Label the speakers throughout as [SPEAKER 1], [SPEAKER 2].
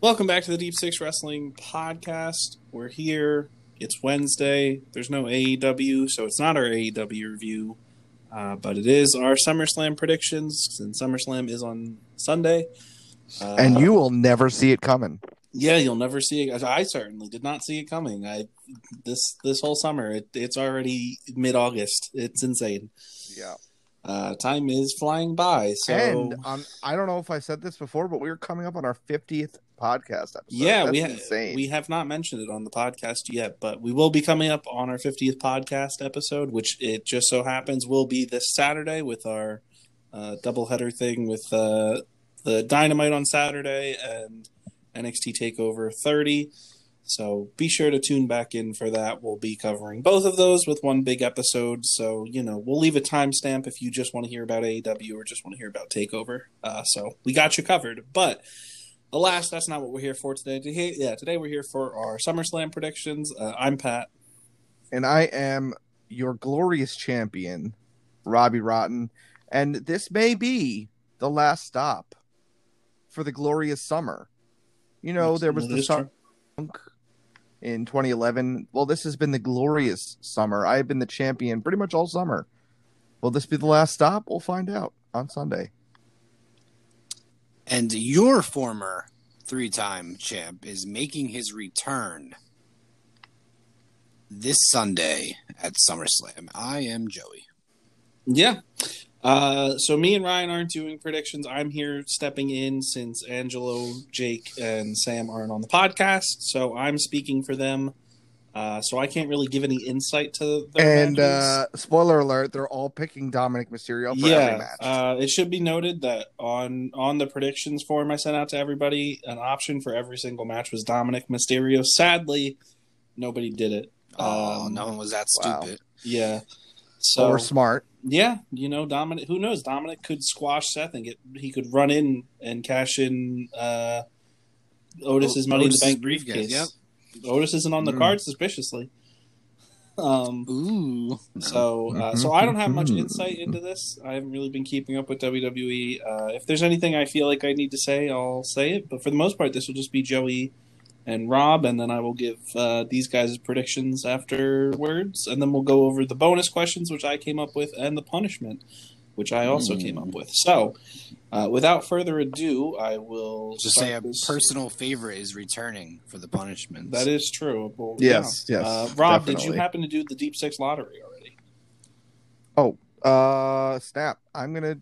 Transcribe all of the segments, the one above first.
[SPEAKER 1] Welcome back to the Deep Six Wrestling Podcast. We're here. It's Wednesday. There's no AEW, so it's not our AEW review, uh, but it is our SummerSlam predictions, and SummerSlam is on Sunday. Uh,
[SPEAKER 2] and you will never see it coming.
[SPEAKER 1] yeah, you'll never see it. I certainly did not see it coming. I this this whole summer, it, it's already mid August. It's insane.
[SPEAKER 2] Yeah.
[SPEAKER 1] Uh, time is flying by. So
[SPEAKER 2] And on, I don't know if I said this before, but we are coming up on our 50th podcast episode.
[SPEAKER 1] yeah,
[SPEAKER 2] That's
[SPEAKER 1] we ha-
[SPEAKER 2] insane.
[SPEAKER 1] we have not mentioned it on the podcast yet, but we will be coming up on our 50th podcast episode, which it just so happens will be this Saturday with our uh, doubleheader thing with uh, the Dynamite on Saturday and NXT Takeover 30. So be sure to tune back in for that. We'll be covering both of those with one big episode. So you know we'll leave a timestamp if you just want to hear about AEW or just want to hear about Takeover. Uh, so we got you covered, but. Alas, that's not what we're here for today. Today- Yeah, today we're here for our SummerSlam predictions. Uh, I'm Pat.
[SPEAKER 2] and I am your glorious champion, Robbie Rotten. And this may be the last stop for the glorious summer. You know, there was the
[SPEAKER 1] That's-
[SPEAKER 2] summer in 2011. Well, this has been the glorious summer. I have been the champion pretty much all summer. Will this be the last stop? We'll find out on Sunday.
[SPEAKER 3] And your former three time champ is making his return this Sunday at SummerSlam. I am Joey.
[SPEAKER 1] Yeah. Uh, so me and Ryan aren't doing predictions. I'm here stepping in since Angelo, Jake, and Sam aren't on the podcast, so I'm speaking for them. Uh, so I can't really give any insight to their
[SPEAKER 2] And
[SPEAKER 1] matches.
[SPEAKER 2] uh, spoiler alert, they're all picking Dominic Mysterio for every match.
[SPEAKER 1] Uh, it should be noted that on on the predictions form I sent out to everybody, an option for every single match was Dominic Mysterio. Sadly, nobody did it.
[SPEAKER 3] Oh,
[SPEAKER 1] Um,
[SPEAKER 3] no one was that
[SPEAKER 2] wow.
[SPEAKER 3] stupid.
[SPEAKER 1] Yeah.
[SPEAKER 2] so
[SPEAKER 1] So
[SPEAKER 2] we're smart.
[SPEAKER 1] yeah, you know Dominic. Who knows? Dominic could squash Seth and get. He could run in and cash in uh, Otis's
[SPEAKER 3] O-
[SPEAKER 1] money
[SPEAKER 3] Otis's
[SPEAKER 1] in the bank
[SPEAKER 3] Oh, briefcase,
[SPEAKER 1] briefcase.
[SPEAKER 3] yep.
[SPEAKER 1] Otis isn't on the
[SPEAKER 3] Mm.
[SPEAKER 1] card suspiciously. Um,
[SPEAKER 3] Ooh.
[SPEAKER 1] so, uh,
[SPEAKER 2] Mhm.
[SPEAKER 1] so I don't have much
[SPEAKER 2] Mhm.
[SPEAKER 1] insight into this. I haven't really been keeping up with WWE. Uh, if there's anything I feel like I need to say, I'll say it. But for the most part, this will just be Joey and Rob, and then I will give uh, these guys predictions afterwards, and then we'll go over the bonus questions which I came up with and the punishment which I also
[SPEAKER 2] Mm.
[SPEAKER 3] Hmm.
[SPEAKER 1] came up with. So, uh, without further ado, I will
[SPEAKER 3] Just
[SPEAKER 1] start
[SPEAKER 3] say a
[SPEAKER 1] this-
[SPEAKER 3] personal favorite is returning for the punishment.
[SPEAKER 1] That is true. Well,
[SPEAKER 2] Yes,
[SPEAKER 1] yeah.
[SPEAKER 2] yes.
[SPEAKER 1] Uh, Rob, did
[SPEAKER 2] definitely.
[SPEAKER 1] you happen to do the Deep Six lottery already?
[SPEAKER 2] Uh, snap. I'm gonna.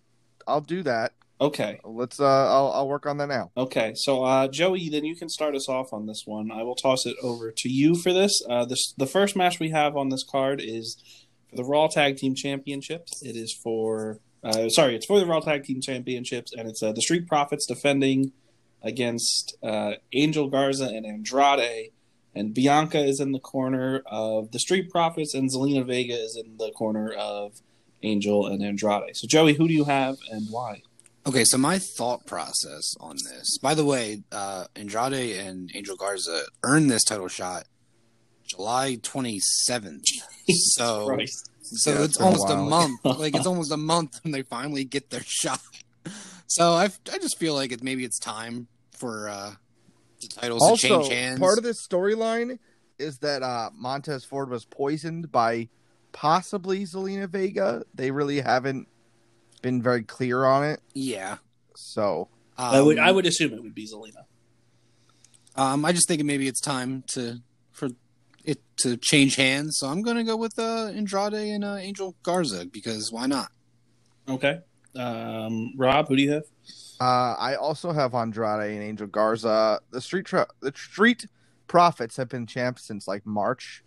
[SPEAKER 2] I'll do that.
[SPEAKER 1] Okay.
[SPEAKER 2] Let's. Uh, I'll. I'll work on that now.
[SPEAKER 1] Okay, so uh, Joey, then you can start us off on this one. I will toss it over to you for this. Uh, this the first match we have on this card is for the Raw Tag Team Championships. It is for uh, sorry, it's for the Raw Tag Team Championships, and it's uh, the Street Profits defending against uh, Angel Garza and Andrade. And Bianca is in the corner of the Street Profits, and Zelina Vega is in the corner of Angel and Andrade. So, Joey, who do you have and why?
[SPEAKER 3] Okay, so my thought process on this. By the way, uh, Andrade and Angel Garza earned this title shot July 27th. so
[SPEAKER 1] Christ.
[SPEAKER 3] So
[SPEAKER 2] Yeah, it's
[SPEAKER 3] it's
[SPEAKER 2] been a
[SPEAKER 3] almost a,
[SPEAKER 2] while.
[SPEAKER 3] month. like it's almost a month when they finally get their shot. So I I just feel like it maybe it's time for uh the titles to
[SPEAKER 2] also,
[SPEAKER 3] change hands.
[SPEAKER 2] part of this storyline is that uh Montez Ford was poisoned by possibly Zelina Vega. They really haven't been very clear on it.
[SPEAKER 3] yeah.
[SPEAKER 2] So
[SPEAKER 3] Um,
[SPEAKER 1] I would I would assume it would be Zelina.
[SPEAKER 3] um I just think maybe it's time to for it to change hands. So I'm going to go with uh Andrade and uh, Angel Garza because why not?
[SPEAKER 1] Okay. Um, Rob, who do you have?
[SPEAKER 2] Uh, I also have Andrade and Angel Garza. The street tra- the street profits have been champs since like March,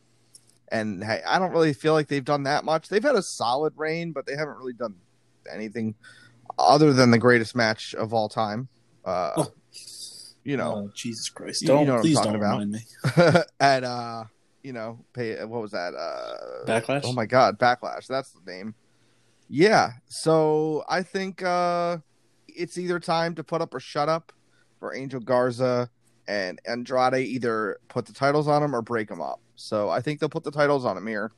[SPEAKER 2] and hey, I don't really feel like they've done that much. They've had a solid reign, but they haven't really done anything other than the greatest match of all time. Uh,
[SPEAKER 1] Oh.
[SPEAKER 2] You know,
[SPEAKER 1] Oh, Jesus Christ!
[SPEAKER 2] You-
[SPEAKER 1] Don't
[SPEAKER 2] you know what I'm
[SPEAKER 1] please
[SPEAKER 2] talking
[SPEAKER 1] don't
[SPEAKER 2] about.
[SPEAKER 1] remind me.
[SPEAKER 2] at uh, you know, pay what was that? Uh,
[SPEAKER 1] Backlash.
[SPEAKER 2] Oh my god, Backlash. That's the name. Yeah. So I think uh it's either time to put up or shut up for Angel Garza and Andrade either put the titles on him or break them up. So I think they'll put the titles on him here.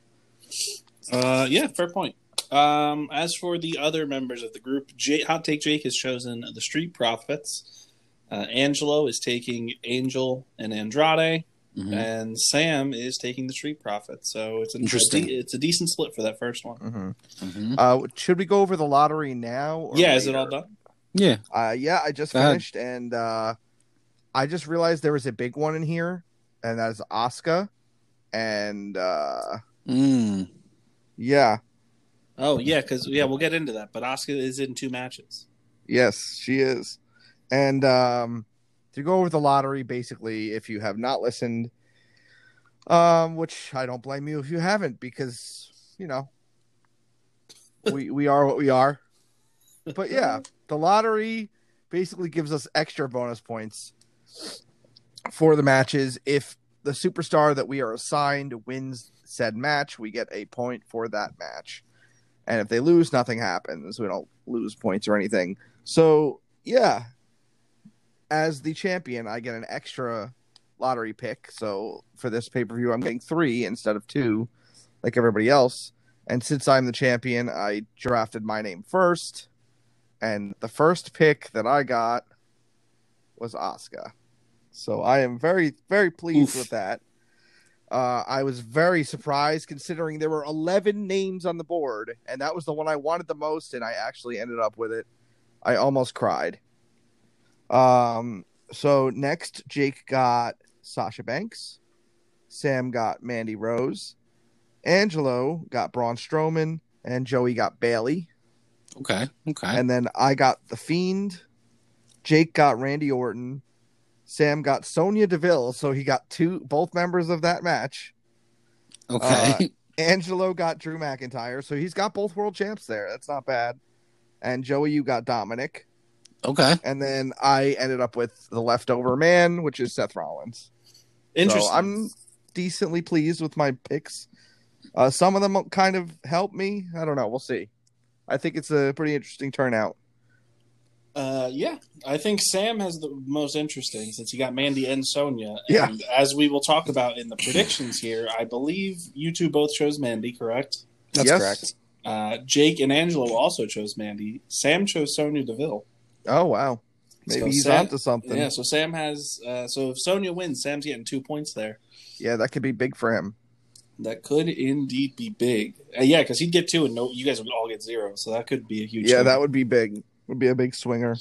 [SPEAKER 1] Uh, yeah, fair point. Um, as for the other members of the group, Jake, Hot Take Jake has chosen the Street Profits. Uh, Angelo is taking Angel and Andrade,
[SPEAKER 2] Mm-hmm.
[SPEAKER 3] Mhm.
[SPEAKER 1] and Sam is taking the Street Profit. So it's an,
[SPEAKER 3] Interesting.
[SPEAKER 1] It's a decent split for that first one.
[SPEAKER 2] hmm
[SPEAKER 3] Mhm.
[SPEAKER 2] Uh, should we go over the lottery now? or
[SPEAKER 1] yeah, is it
[SPEAKER 2] later?
[SPEAKER 1] all done?
[SPEAKER 3] Yeah.
[SPEAKER 2] Uh, yeah, I just
[SPEAKER 3] Go ahead.
[SPEAKER 2] finished, and uh, I just realized there was a big one in here, and that is Oscar. And uh,
[SPEAKER 3] Mm.
[SPEAKER 2] yeah,
[SPEAKER 1] Oh yeah, because yeah, we'll get into that. But Oscar is in two matches.
[SPEAKER 2] yes, she is. And um, to go over the lottery, basically, if you have not listened, um, which I don't blame you if you haven't, because you know we we are what we are. But yeah, the lottery basically gives us extra bonus points for the matches. If the superstar that we are assigned wins said match, we get a point for that match. And if they lose, nothing happens. We don't lose points or anything. So, yeah. As the champion, I get an extra lottery pick. So, for this pay per view, I'm getting three instead of two, like everybody else. And since I'm the champion, I drafted my name first. And the first pick that I got was Asuka. So I am very, very pleased
[SPEAKER 1] Oof.
[SPEAKER 2] with that. Uh, I was very surprised considering there were 11 names on the board, and that was the one I wanted the most, and I actually ended up with it. I almost cried. Um, so next, Jake got Sasha Banks, Sam got Mandy Rose, Angelo got Braun Strowman, and Joey got Bailey.
[SPEAKER 3] Okay. Okay.
[SPEAKER 2] And then I got The Fiend. Jake got Randy Orton. Sam got Sonia Deville, so he got two both members of that match.
[SPEAKER 3] Okay.
[SPEAKER 2] uh, Angelo got Drew McIntyre, so he's got both world champs there. That's not bad. And Joey, you got Dominic.
[SPEAKER 3] okay.
[SPEAKER 2] And then I ended up with the leftover man, which is Seth Rollins.
[SPEAKER 1] Interesting.
[SPEAKER 2] So I'm decently pleased with my picks. Uh, some of them kind of helped me. I don't know. We'll see. I think it's a pretty interesting turnout.
[SPEAKER 1] Uh, yeah, I think Sam has the most interesting since he got Mandy and Sonia.
[SPEAKER 2] Yeah.
[SPEAKER 1] And as we will talk about in the predictions here, I believe you two both chose Mandy, correct?
[SPEAKER 3] That's
[SPEAKER 2] Yes.
[SPEAKER 3] correct.
[SPEAKER 1] Uh, Jake and Angelo also chose Mandy. Sam chose Sonia Deville.
[SPEAKER 2] Oh wow. Maybe
[SPEAKER 1] So
[SPEAKER 2] he's
[SPEAKER 1] Sam-
[SPEAKER 2] onto something.
[SPEAKER 1] Yeah, so Sam has. Uh, so if Sonia wins, Sam's getting two points there.
[SPEAKER 2] Yeah, that could be big for him.
[SPEAKER 1] That could indeed be big. Uh, yeah, because he'd get two, and no, you guys would all get zero. So that could be a huge.
[SPEAKER 2] yeah,
[SPEAKER 1] thing.
[SPEAKER 2] that would be big. Would be a big swinger.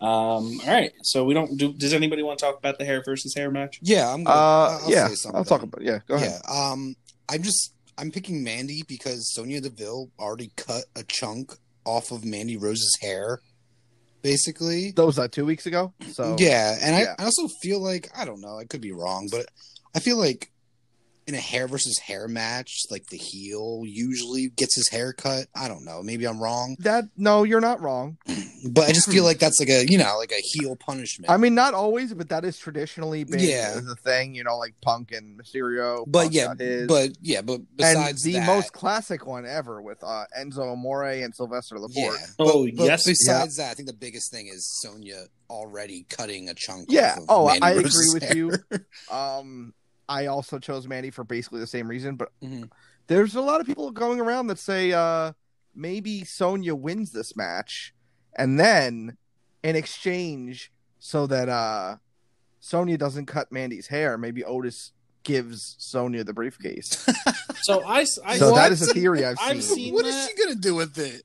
[SPEAKER 1] Um, all right, so we don't do. Does anybody want to talk about the hair versus hair match?
[SPEAKER 3] Yeah. I'm.
[SPEAKER 2] Uh,
[SPEAKER 3] Gonna, I'll- I'll
[SPEAKER 2] yeah,
[SPEAKER 3] say something.
[SPEAKER 2] I'll talk about. Yeah, go ahead.
[SPEAKER 3] Yeah. Um. I'm just. I'm picking Mandy because Sonia Deville already cut a chunk off of Mandy Rose's hair, basically.
[SPEAKER 2] That was uh, two weeks ago. So
[SPEAKER 3] yeah, and
[SPEAKER 2] yeah.
[SPEAKER 3] I, I also feel like I don't know. I could be wrong, but I feel like in a hair versus hair match, like the heel usually gets his hair cut. I don't know. Maybe I'm wrong,
[SPEAKER 2] that no, you're not wrong.
[SPEAKER 3] but I just feel like that's like a you know like a heel punishment.
[SPEAKER 2] I mean, not always, but that is traditionally been
[SPEAKER 3] Yeah.
[SPEAKER 2] the thing. You know, like Punk and Mysterio.
[SPEAKER 3] but
[SPEAKER 2] Punk
[SPEAKER 3] yeah,
[SPEAKER 2] got his.
[SPEAKER 3] but yeah, but
[SPEAKER 2] and
[SPEAKER 3] besides
[SPEAKER 2] the
[SPEAKER 3] that,
[SPEAKER 2] most classic one ever with uh, Enzo Amore and Sylvester Laporte.
[SPEAKER 3] yeah.
[SPEAKER 1] Oh,
[SPEAKER 3] but
[SPEAKER 1] yes.
[SPEAKER 3] Besides that, I think the biggest thing is Sonya already cutting a chunk.
[SPEAKER 2] Yeah,
[SPEAKER 3] Off of
[SPEAKER 2] oh,
[SPEAKER 3] Mandy
[SPEAKER 2] I agree
[SPEAKER 3] Rose's
[SPEAKER 2] with
[SPEAKER 3] hair.
[SPEAKER 2] you. Um, I also chose Mandy for basically the same reason, but
[SPEAKER 1] Mm-hmm.
[SPEAKER 3] Mhm.
[SPEAKER 2] there's a lot of people going around that say uh, maybe Sonya wins this match, and then in exchange, so that uh, Sonya doesn't cut Mandy's hair, maybe Otis gives Sonya the briefcase.
[SPEAKER 1] So I, s- I
[SPEAKER 2] so that
[SPEAKER 3] what?
[SPEAKER 2] is a theory I've seen.
[SPEAKER 1] I've seen-
[SPEAKER 3] What is
[SPEAKER 1] that-
[SPEAKER 3] she gonna do with it?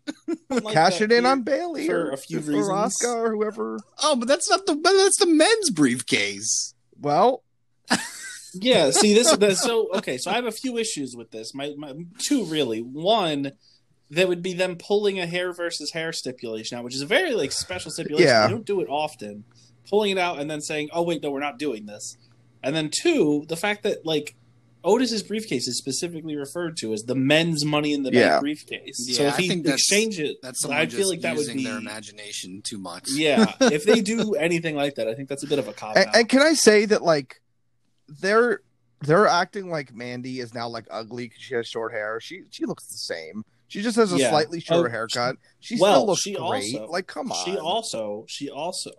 [SPEAKER 1] like
[SPEAKER 2] Cash
[SPEAKER 1] that
[SPEAKER 2] it in
[SPEAKER 1] here.
[SPEAKER 2] on Bailey
[SPEAKER 1] for
[SPEAKER 2] or
[SPEAKER 1] a few
[SPEAKER 2] or
[SPEAKER 1] reasons.
[SPEAKER 2] Asuka or whoever.
[SPEAKER 3] Oh, but that's not the that's the men's briefcase.
[SPEAKER 2] Well,
[SPEAKER 1] Yeah, see this. The, so okay, so I have a few issues with this. My, my two really. One, that would be them pulling a hair versus hair stipulation out, which is a very like special stipulation.
[SPEAKER 2] Yeah.
[SPEAKER 1] They don't do it often. Pulling it out and then saying, "Oh wait, no, we're not doing this." And then two, the fact that like Otis's briefcase is specifically referred to as the men's money in the bank
[SPEAKER 2] Yeah.
[SPEAKER 1] briefcase. so
[SPEAKER 3] Yeah,
[SPEAKER 1] if
[SPEAKER 3] I
[SPEAKER 1] he
[SPEAKER 3] think that's-
[SPEAKER 1] exchange it,
[SPEAKER 3] That's
[SPEAKER 1] I feel like that would be
[SPEAKER 3] imagination too much.
[SPEAKER 1] yeah. If they do anything like that, I think that's a bit of a cop
[SPEAKER 2] and,
[SPEAKER 1] out.
[SPEAKER 2] and can I say that like they're they're acting like Mandy is now like ugly because she has short hair. She she looks the same. She just has a
[SPEAKER 1] Yeah.
[SPEAKER 2] slightly shorter
[SPEAKER 1] Oh,
[SPEAKER 2] haircut. She
[SPEAKER 1] well,
[SPEAKER 2] still looks
[SPEAKER 1] she
[SPEAKER 2] great.
[SPEAKER 1] also-
[SPEAKER 2] like come on.
[SPEAKER 1] She also she also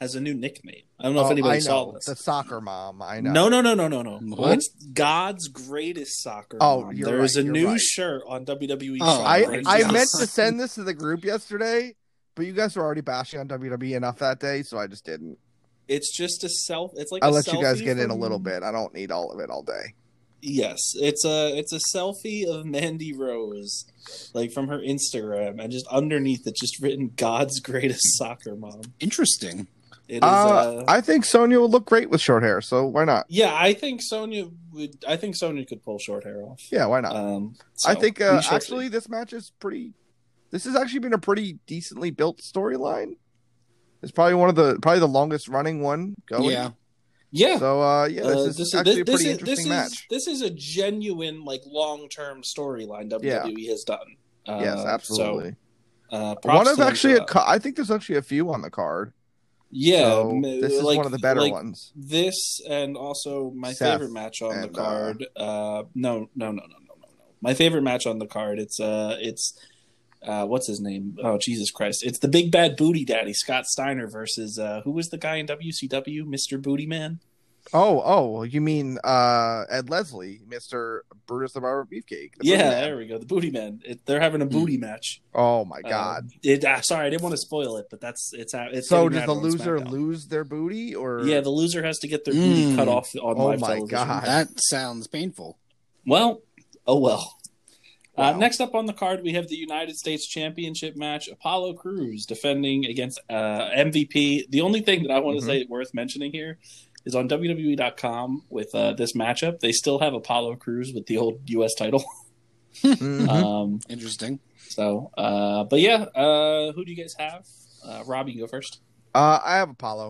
[SPEAKER 1] has a new nickname. I don't know if
[SPEAKER 2] Oh,
[SPEAKER 1] anybody
[SPEAKER 2] I
[SPEAKER 1] saw
[SPEAKER 2] know.
[SPEAKER 1] this.
[SPEAKER 2] The soccer mom. I know.
[SPEAKER 1] No, no, no, no, no, no.
[SPEAKER 3] What?
[SPEAKER 1] It's God's greatest soccer.
[SPEAKER 2] Oh,
[SPEAKER 1] mom.
[SPEAKER 2] you're
[SPEAKER 1] There is
[SPEAKER 2] right,
[SPEAKER 1] a
[SPEAKER 2] you're
[SPEAKER 1] new
[SPEAKER 2] right.
[SPEAKER 1] shirt on E WWE.
[SPEAKER 3] Oh,
[SPEAKER 1] Shop
[SPEAKER 2] I
[SPEAKER 1] right
[SPEAKER 2] I
[SPEAKER 1] now.
[SPEAKER 2] meant to send this to the group yesterday, But you guys were already bashing on WWE enough that day, so I just didn't.
[SPEAKER 1] It's just a self. It's like
[SPEAKER 2] I
[SPEAKER 1] a
[SPEAKER 2] let you guys
[SPEAKER 1] selfie
[SPEAKER 2] get in a
[SPEAKER 1] from-
[SPEAKER 2] little bit. I don't need all of it all day.
[SPEAKER 1] Yes, it's a it's a selfie of Mandy Rose, like from her Instagram, and just underneath it's just written "God's greatest soccer mom."
[SPEAKER 3] Interesting.
[SPEAKER 1] It is.
[SPEAKER 2] Uh,
[SPEAKER 1] Uh,
[SPEAKER 2] I think Sonya would look great with short hair, so why not?
[SPEAKER 1] yeah, I think Sonya would. I think Sonya could pull short hair off.
[SPEAKER 2] Yeah, why not?
[SPEAKER 1] Um,
[SPEAKER 2] I
[SPEAKER 1] so
[SPEAKER 2] think
[SPEAKER 1] we
[SPEAKER 2] uh,
[SPEAKER 1] shall see.
[SPEAKER 2] actually this match is pretty. This has actually been a pretty decently built storyline. It's probably one of the probably the longest running one going.
[SPEAKER 3] Yeah.
[SPEAKER 1] yeah.
[SPEAKER 2] So uh, yeah, this
[SPEAKER 1] Uh,
[SPEAKER 2] is actually a pretty interesting
[SPEAKER 1] this
[SPEAKER 2] match.
[SPEAKER 1] Is, this is a genuine, like, long-term storyline WWE has done. Uh,
[SPEAKER 2] yes, absolutely.
[SPEAKER 1] So, uh, props
[SPEAKER 2] one
[SPEAKER 1] to
[SPEAKER 2] of
[SPEAKER 1] them
[SPEAKER 2] actually
[SPEAKER 1] for
[SPEAKER 2] a
[SPEAKER 1] that.
[SPEAKER 2] cou- I think there's actually a few on the card.
[SPEAKER 1] yeah.
[SPEAKER 2] so
[SPEAKER 1] m-
[SPEAKER 2] this is
[SPEAKER 1] like-
[SPEAKER 2] one of the better
[SPEAKER 1] like
[SPEAKER 2] ones.
[SPEAKER 1] This and also my
[SPEAKER 2] Seth
[SPEAKER 1] favorite match on the
[SPEAKER 2] and, uh,
[SPEAKER 1] card. Uh, no, no, no, no, no, no, no. My favorite match on the card. It's uh, it's uh, what's his name? Oh Jesus Christ! It's the big bad booty daddy Scott Steiner versus uh, who was the guy in WCW, Mister Booty Man.
[SPEAKER 2] Oh, oh, you mean uh Ed Leslie, Mister Brutus the Barber Beefcake? the
[SPEAKER 1] yeah,
[SPEAKER 2] Booty Man.
[SPEAKER 1] there we go. The Booty Man. It, they're having a booty match.
[SPEAKER 2] Oh my God.
[SPEAKER 1] Um, it, uh, sorry, I didn't want to spoil it, but that's it's out. It's
[SPEAKER 2] so
[SPEAKER 1] getting
[SPEAKER 2] does
[SPEAKER 1] out
[SPEAKER 2] the
[SPEAKER 1] on
[SPEAKER 2] loser
[SPEAKER 1] SmackDown.
[SPEAKER 2] lose their booty or?
[SPEAKER 1] Yeah, the loser has to get their booty
[SPEAKER 3] Mm.
[SPEAKER 1] cut off on
[SPEAKER 2] Oh
[SPEAKER 1] live
[SPEAKER 2] my
[SPEAKER 1] television.
[SPEAKER 2] God.
[SPEAKER 3] That sounds painful.
[SPEAKER 1] Well, oh well. Uh,
[SPEAKER 2] Wow.
[SPEAKER 1] next up on the card, we have the United States Championship match. Apollo Cruz defending against uh, MVP. The only thing that I want to
[SPEAKER 2] Mhm.
[SPEAKER 1] say worth mentioning here is on WWE.com with uh, this matchup, they still have Apollo Cruz with the old U.S. title.
[SPEAKER 2] Mhm.
[SPEAKER 1] Um,
[SPEAKER 3] Interesting.
[SPEAKER 1] so, uh, but yeah, uh, who do you guys have? Uh, Rob, you can go first.
[SPEAKER 2] Uh, I have Apollo.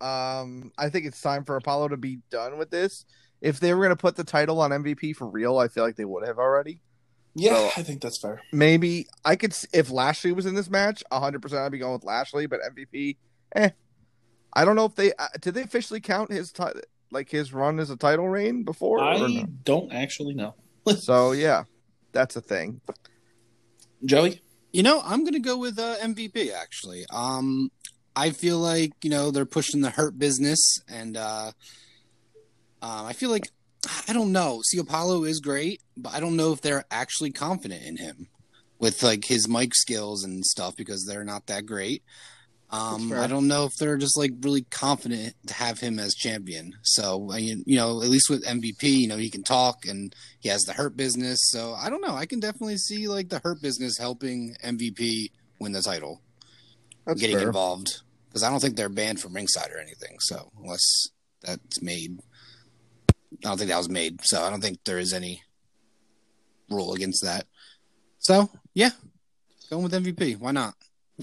[SPEAKER 2] Um, I think it's time for Apollo to be done with this. If they were going to put the title on MVP for real, I feel like they would have already.
[SPEAKER 1] Yeah,
[SPEAKER 2] So-
[SPEAKER 1] I think that's fair.
[SPEAKER 2] Maybe I could, s- if Lashley was in this match, 100% I'd be going with Lashley, but MVP, eh. I don't know if they, uh, did they officially count his, ti- like his run as a title reign before? or
[SPEAKER 1] I
[SPEAKER 2] no?
[SPEAKER 1] don't actually know.
[SPEAKER 2] So yeah, that's a thing.
[SPEAKER 1] Joey?
[SPEAKER 3] You know, I'm going to go with uh, MVP actually. Um, I feel like you know they're pushing the hurt business, and uh, um, I feel like I don't know. See, Apollo is great, but I don't know if they're actually confident in him with like his mic skills and stuff because they're not that great.
[SPEAKER 2] That's
[SPEAKER 3] Um,
[SPEAKER 2] fair.
[SPEAKER 3] I don't know if they're just like really confident to have him as champion. So I- you know, at least with MVP, you know, he can talk and he has the hurt business so i don't know i can definitely see like the hurt business helping mvp win the title
[SPEAKER 2] That's
[SPEAKER 3] getting
[SPEAKER 2] fair.
[SPEAKER 3] involved because i don't think they're banned from ringside or anything so unless that's made i don't think that was made so i don't think there is any rule against that so yeah going with mvp why not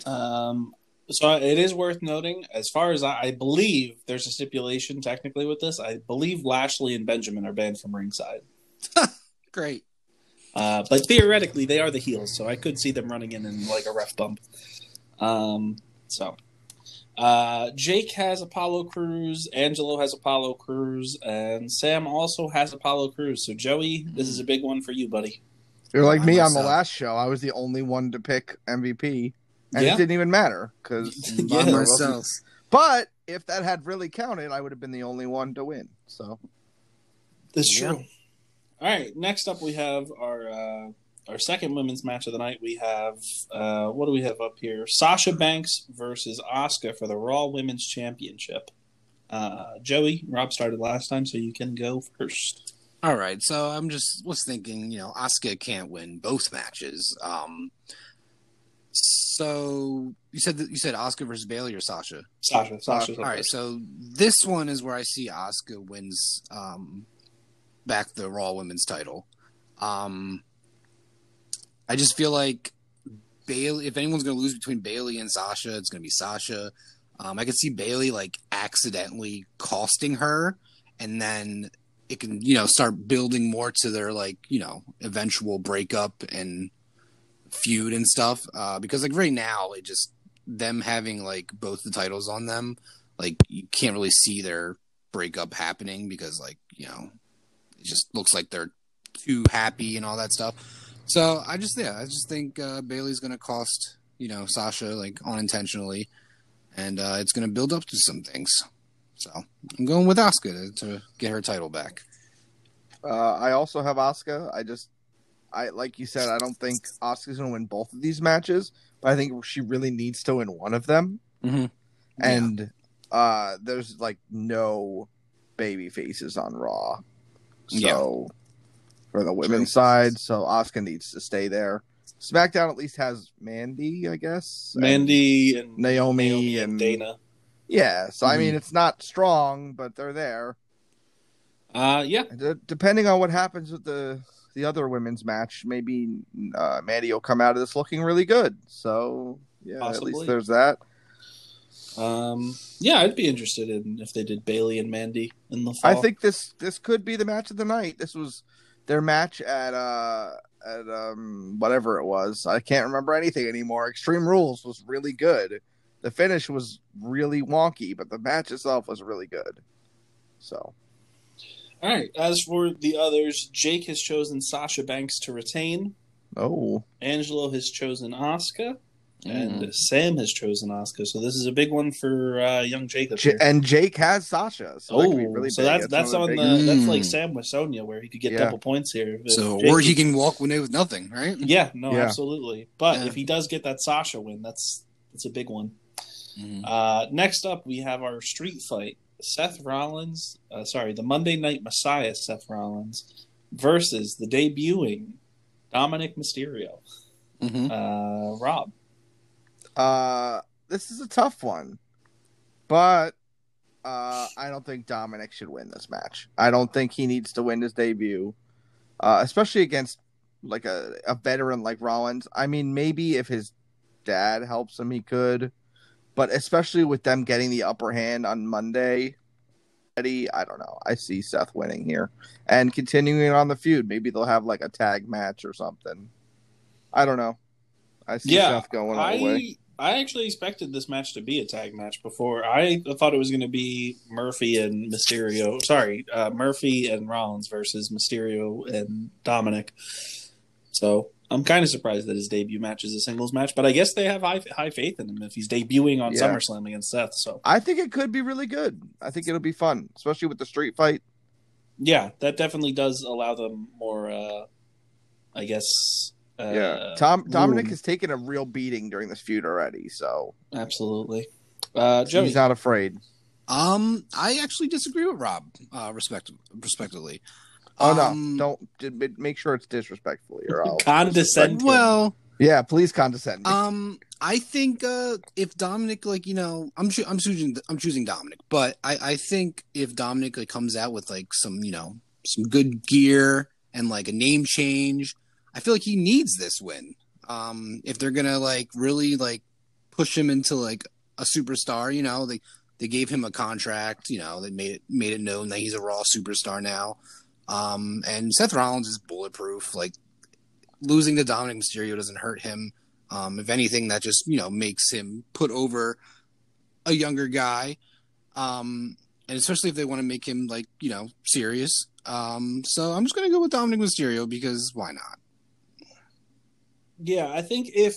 [SPEAKER 1] Um, so it is worth noting, as far as I, I believe, there's a stipulation technically with this. I believe Lashley and Benjamin are banned from ringside.
[SPEAKER 3] great
[SPEAKER 1] Uh, but theoretically, they are the heels, so I could see them running in and like a ref bump. Um, so uh, Jake has Apollo Cruz, Angelo has Apollo Cruz, and Sam also has Apollo Cruz. So Joey, this is a big one for you, buddy.
[SPEAKER 2] You're like
[SPEAKER 3] I
[SPEAKER 2] me on the
[SPEAKER 3] myself.
[SPEAKER 2] last show. I was the only one to pick MVP, and
[SPEAKER 1] Yeah.
[SPEAKER 2] it didn't even matter because
[SPEAKER 1] Yeah.
[SPEAKER 3] by myself
[SPEAKER 2] But if that had really counted, I would have been the only one to win. So
[SPEAKER 1] That's
[SPEAKER 3] Yeah.
[SPEAKER 1] true. All right. Next up, we have our uh, our second women's match of the night. We have uh, what do we have up here? Sasha Banks versus Asuka for the Raw Women's Championship. Uh, Joey, Rob started last time, so you can go first.
[SPEAKER 3] All right, so I'm just was thinking, you know, Asuka can't win both matches. Um so you said that you said Asuka versus Bailey or Sasha?
[SPEAKER 1] Sasha, Sasha.
[SPEAKER 3] All right, so this one is where I see Asuka wins um back the Raw Women's title. Um I just feel like Bailey if anyone's going to lose between Bailey and Sasha, it's going to be Sasha. Um I could see Bailey like accidentally costing her and then it can you know start building more to their like you know eventual breakup and feud and stuff uh because like right now it just them having like both the titles on them like you can't really see their breakup happening because like you know it just looks like they're too happy and all that stuff so i just yeah i just think uh bailey's gonna cost you know sasha like unintentionally and uh it's gonna build up to some things so i'm going with oscar to, to get her title back
[SPEAKER 2] uh, I also have Asuka. I just I like you said, I don't think Oscar's gonna win both of these matches, but I think she really needs to win one of them.
[SPEAKER 3] Mhm.
[SPEAKER 2] And uh, there's like no baby faces on Raw, so for the women's side, so Oscar needs to stay there. SmackDown at least has Mandy, I guess. and
[SPEAKER 1] Mandy and
[SPEAKER 2] uh, Naomi,
[SPEAKER 1] Naomi and
[SPEAKER 2] and
[SPEAKER 1] Dana. Mm-hmm.
[SPEAKER 2] Yeah, so I mean, it's not strong, but they're there.
[SPEAKER 1] Uh, yeah,
[SPEAKER 2] D- depending on what happens with the the other women's match, maybe uh, Mandy will come out of this looking really good. So yeah, at
[SPEAKER 1] Possibly.
[SPEAKER 2] least there's that.
[SPEAKER 1] um, yeah, I'd be interested in if they did Bailey and Mandy in the fall.
[SPEAKER 2] I think this this could be the match of the night. This was their match at uh at um whatever it was. I can't remember anything anymore. Extreme Rules was really good. The finish was really wonky, but the match itself was really good. So
[SPEAKER 1] All right. As for the others, Jake has chosen Sasha Banks to retain.
[SPEAKER 2] oh
[SPEAKER 1] Angelo has chosen Oscar,
[SPEAKER 3] Mm.
[SPEAKER 1] and Sam has chosen Oscar. So this is a big one for uh, young Jacob.
[SPEAKER 2] J-
[SPEAKER 1] here.
[SPEAKER 2] and Jake has Sasha. So that
[SPEAKER 1] oh,
[SPEAKER 2] could be really
[SPEAKER 1] so
[SPEAKER 2] big.
[SPEAKER 1] that's that's
[SPEAKER 2] one
[SPEAKER 1] on
[SPEAKER 2] of
[SPEAKER 1] the
[SPEAKER 2] big-
[SPEAKER 3] big-
[SPEAKER 1] that's
[SPEAKER 3] Mm.
[SPEAKER 1] like Sam with Sonia, where he could get
[SPEAKER 2] Yeah.
[SPEAKER 1] double points here. If
[SPEAKER 3] So,
[SPEAKER 1] Jake-
[SPEAKER 3] or he can walk away with nothing, right?
[SPEAKER 1] yeah, no,
[SPEAKER 2] Yeah.
[SPEAKER 1] absolutely. But
[SPEAKER 3] Yeah.
[SPEAKER 1] if he does get that Sasha win, that's that's a big one.
[SPEAKER 3] Mhm.
[SPEAKER 1] Uh, next up, we have our street fight: Seth Rollins, uh, sorry, the Monday Night Messiah, Seth Rollins, versus the debuting Dominic Mysterio.
[SPEAKER 3] Mhm.
[SPEAKER 1] Uh, Rob,
[SPEAKER 2] Uh, this is a tough one, but uh, I don't think Dominic should win this match. I don't think he needs to win his debut, uh, especially against like a, a veteran like Rollins. I mean, maybe if his dad helps him, he could, but especially with them getting the upper hand on Monday. Eddie, I don't know. I see Seth winning here and continuing on the feud. Maybe they'll have like a tag match or something. I don't know. I see
[SPEAKER 1] Yeah,
[SPEAKER 2] Seth going all the way.
[SPEAKER 1] I I actually expected this match to be a tag match before. I thought it was going to be Murphy and Mysterio. Sorry, uh, Murphy and Rollins versus Mysterio and Dominic. So. I'm kind of surprised that his debut match is a singles match, but I guess they have high, high faith in him if he's debuting on
[SPEAKER 2] Yeah.
[SPEAKER 1] SummerSlam against Seth. So
[SPEAKER 2] I think it could be really good. I think it'll be fun, especially with the street fight.
[SPEAKER 1] yeah, that definitely does allow them more. Uh, I guess. Uh,
[SPEAKER 2] Tom Dominic
[SPEAKER 1] ooh.
[SPEAKER 2] has taken a real beating during this feud already, so
[SPEAKER 1] absolutely. Uh, Joey,
[SPEAKER 2] he's not afraid.
[SPEAKER 3] Um, I actually disagree with Rob, uh, respect, respectively.
[SPEAKER 2] Oh no,
[SPEAKER 3] Um,
[SPEAKER 2] don't d- b- make sure it's disrespectfully or I'll
[SPEAKER 1] condescend.
[SPEAKER 3] Well,
[SPEAKER 2] Yeah, please condescend. me.
[SPEAKER 3] um, I think uh, if Dominic, like you know, I'm choo- I'm choosing I'm choosing Dominic, but I I think if Dominic like comes out with like some you know some good gear and like a name change, I feel like he needs this win. Um, if they're gonna like really like push him into like a superstar, you know, they they gave him a contract, you know, they made it made it known that he's a Raw superstar now. Um, and Seth Rollins is bulletproof. Like losing to Dominic Mysterio doesn't hurt him. Um, if anything, that just you know makes him put over a younger guy, um, and especially if they want to make him like you know serious. Um, so I'm just gonna go with Dominic Mysterio because why not?
[SPEAKER 1] yeah, I think if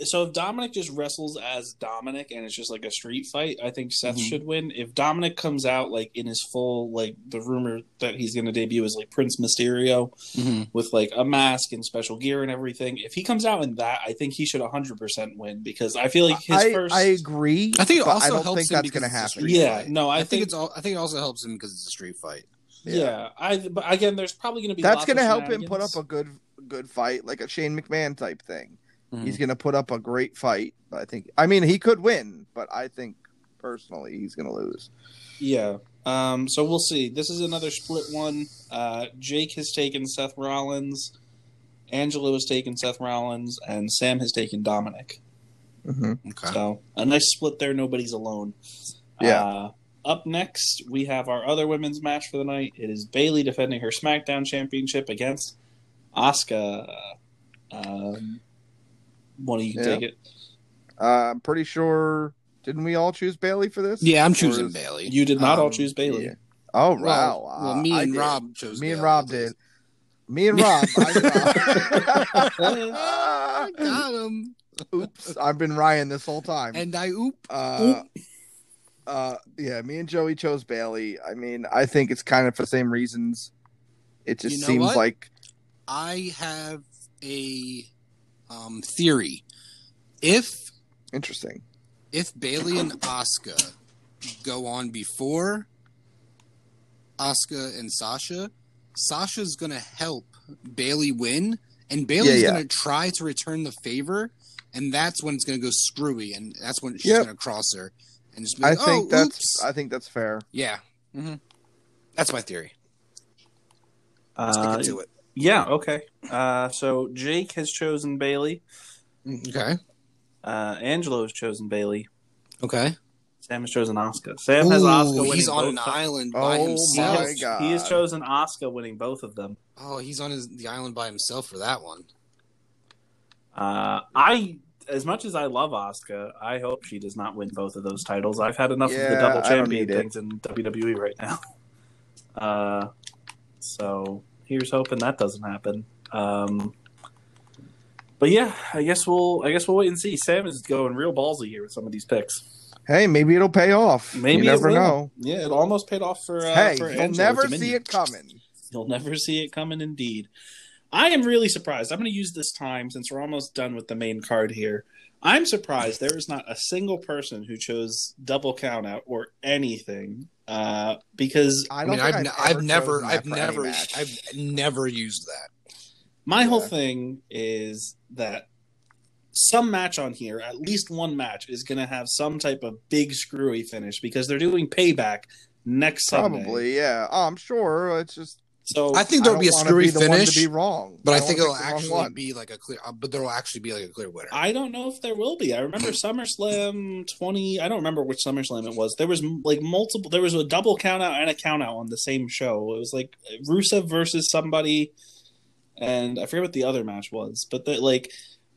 [SPEAKER 1] so, if Dominic just wrestles as Dominic and it's just like a street fight, I think Seth
[SPEAKER 3] Mhm.
[SPEAKER 1] should win. If Dominic comes out like in his full like the rumor that he's going to debut is like Prince Mysterio with like a mask and special gear and everything, if he comes out in that, I think he should 100 percent win because I feel like his
[SPEAKER 2] I,
[SPEAKER 1] first.
[SPEAKER 2] I agree.
[SPEAKER 3] I think it
[SPEAKER 2] but
[SPEAKER 3] also
[SPEAKER 2] I don't
[SPEAKER 3] helps
[SPEAKER 2] think
[SPEAKER 3] him
[SPEAKER 2] that's
[SPEAKER 3] because
[SPEAKER 2] going to
[SPEAKER 3] it's a
[SPEAKER 2] happen.
[SPEAKER 3] street
[SPEAKER 1] yeah,
[SPEAKER 3] fight.
[SPEAKER 1] no, I,
[SPEAKER 3] I, think
[SPEAKER 1] think
[SPEAKER 3] it's all. I think it also helps him because it's a street fight.
[SPEAKER 1] Yeah. I but again, there's probably going to be
[SPEAKER 2] that's
[SPEAKER 1] lots
[SPEAKER 2] going to
[SPEAKER 1] of
[SPEAKER 2] help him put up
[SPEAKER 1] shenanigans.
[SPEAKER 2] a good good fight, like a Shane McMahon type thing.
[SPEAKER 1] Mm-hmm.
[SPEAKER 3] Mhm.
[SPEAKER 2] He's going to put up a great fight. but I think. I mean, he could win, but I think personally, he's going to lose.
[SPEAKER 1] yeah. Um, so we'll see. This is another split one. Uh, Jake has taken Seth Rollins, Angelo has taken Seth Rollins, and Sam has taken Dominic.
[SPEAKER 2] Mm-hmm.
[SPEAKER 3] Okay.
[SPEAKER 1] So a nice split there. Nobody's alone.
[SPEAKER 2] Yeah.
[SPEAKER 1] Uh, up next, we have our other women's match for the night. It is Bailey defending her SmackDown Championship against Asuka. Um, one of you can
[SPEAKER 2] Yeah.
[SPEAKER 1] take it.
[SPEAKER 2] Uh, I'm pretty sure. Didn't we all choose Bailey for this?
[SPEAKER 3] Yeah, I'm
[SPEAKER 2] Or
[SPEAKER 3] choosing
[SPEAKER 2] is-
[SPEAKER 3] Bailey.
[SPEAKER 1] You did not all
[SPEAKER 3] Um,
[SPEAKER 1] choose Bailey.
[SPEAKER 2] yeah. Oh wow!
[SPEAKER 3] Well,
[SPEAKER 2] Uh,
[SPEAKER 3] well, me
[SPEAKER 2] I
[SPEAKER 3] and
[SPEAKER 2] did.
[SPEAKER 3] Rob chose.
[SPEAKER 2] Me and
[SPEAKER 3] Bailey.
[SPEAKER 2] Rob did. Me and Rob.
[SPEAKER 3] Ah,
[SPEAKER 2] I
[SPEAKER 3] got him.
[SPEAKER 2] Oops! I've been Ryan this whole time.
[SPEAKER 3] And I oop.
[SPEAKER 2] uh, uh, yeah, me and Joey chose Bailey. I mean, I think it's kind of for the same reasons. It just
[SPEAKER 3] You know
[SPEAKER 2] seems
[SPEAKER 3] what?
[SPEAKER 2] like
[SPEAKER 3] I have a um, theory. If
[SPEAKER 2] Interesting.
[SPEAKER 3] if Bailey and Oscar go on before Oscar and Sasha, Sasha's gonna help Bailey win, and Bailey's
[SPEAKER 2] yeah.
[SPEAKER 3] gonna try to return the favor, and that's when it's gonna go screwy, and that's when she's
[SPEAKER 2] Yep.
[SPEAKER 3] gonna cross her, and just be
[SPEAKER 2] I
[SPEAKER 3] like,
[SPEAKER 2] think
[SPEAKER 3] "Oh,
[SPEAKER 2] that's
[SPEAKER 3] oops."
[SPEAKER 2] I think that's fair.
[SPEAKER 3] yeah,
[SPEAKER 1] Mm-hmm.
[SPEAKER 3] hmm that's my theory. Stick
[SPEAKER 1] Uh,
[SPEAKER 3] it to it.
[SPEAKER 1] yeah, okay. Uh, so Jake has chosen Bailey.
[SPEAKER 3] Okay.
[SPEAKER 1] Uh, Angelo has chosen Bailey.
[SPEAKER 3] Okay.
[SPEAKER 1] Sam has chosen Oscar. Sam has Oscar winning.
[SPEAKER 3] he's on
[SPEAKER 1] both
[SPEAKER 3] an
[SPEAKER 1] ti-
[SPEAKER 3] island by
[SPEAKER 2] Oh
[SPEAKER 1] He
[SPEAKER 3] himself.
[SPEAKER 1] has-
[SPEAKER 2] My God.
[SPEAKER 1] He has chosen Oscar winning both of them.
[SPEAKER 3] Oh, he's on his, the island by himself for that one.
[SPEAKER 1] Uh, I, as much as I love Oscar, I hope she does not win both of those titles. I've had enough of the
[SPEAKER 2] Yeah,
[SPEAKER 1] double
[SPEAKER 2] I don't
[SPEAKER 1] champion
[SPEAKER 2] need it.
[SPEAKER 1] things in WWE right now. Uh, so here's hoping that doesn't happen. Um, but yeah, I guess we'll I guess we'll wait and see. Sam is going real ballsy here with some of these picks.
[SPEAKER 2] Hey, maybe it'll pay off.
[SPEAKER 1] Maybe
[SPEAKER 2] you
[SPEAKER 1] it
[SPEAKER 2] never
[SPEAKER 1] will.
[SPEAKER 2] know.
[SPEAKER 1] Yeah, it almost paid off for. Uh,
[SPEAKER 2] hey,
[SPEAKER 1] for
[SPEAKER 2] you'll
[SPEAKER 1] Angela
[SPEAKER 2] never
[SPEAKER 1] with Dominion.
[SPEAKER 2] see it coming.
[SPEAKER 1] You'll never see it coming, indeed. I am really surprised. I'm going to use this time since we're almost done with the main card here. I'm surprised there is not a single person who chose double count out or anything uh, because
[SPEAKER 2] I
[SPEAKER 3] I,
[SPEAKER 2] don't
[SPEAKER 3] mean,
[SPEAKER 2] think
[SPEAKER 3] I've,
[SPEAKER 2] I've,
[SPEAKER 3] I've never,
[SPEAKER 2] chosen that
[SPEAKER 3] I've
[SPEAKER 2] for any
[SPEAKER 3] never,
[SPEAKER 2] match.
[SPEAKER 3] I've never used that.
[SPEAKER 1] my whole
[SPEAKER 2] Yeah.
[SPEAKER 1] thing is that some match on here, at least one match, is going to have some type of big screwy finish because they're doing payback next Sunday.
[SPEAKER 2] Probably, yeah. Oh, I'm sure. It's just
[SPEAKER 1] So
[SPEAKER 3] I think there'll
[SPEAKER 2] I
[SPEAKER 3] be a
[SPEAKER 2] don't wanna
[SPEAKER 3] screwy
[SPEAKER 2] the one
[SPEAKER 3] finish,
[SPEAKER 2] to be wrong.
[SPEAKER 3] but I,
[SPEAKER 2] don't
[SPEAKER 3] think
[SPEAKER 2] wanna
[SPEAKER 3] it'll
[SPEAKER 2] pick the wrong
[SPEAKER 3] actually
[SPEAKER 2] one.
[SPEAKER 3] be like a clear. Uh, but there'll actually be like a clear winner.
[SPEAKER 1] I don't know if there will be. I remember SummerSlam 20. I don't remember which SummerSlam it was. There was m- like multiple. There was a double count out and a count out on the same show. It was like Rusev versus somebody, and I forget what the other match was. But that like,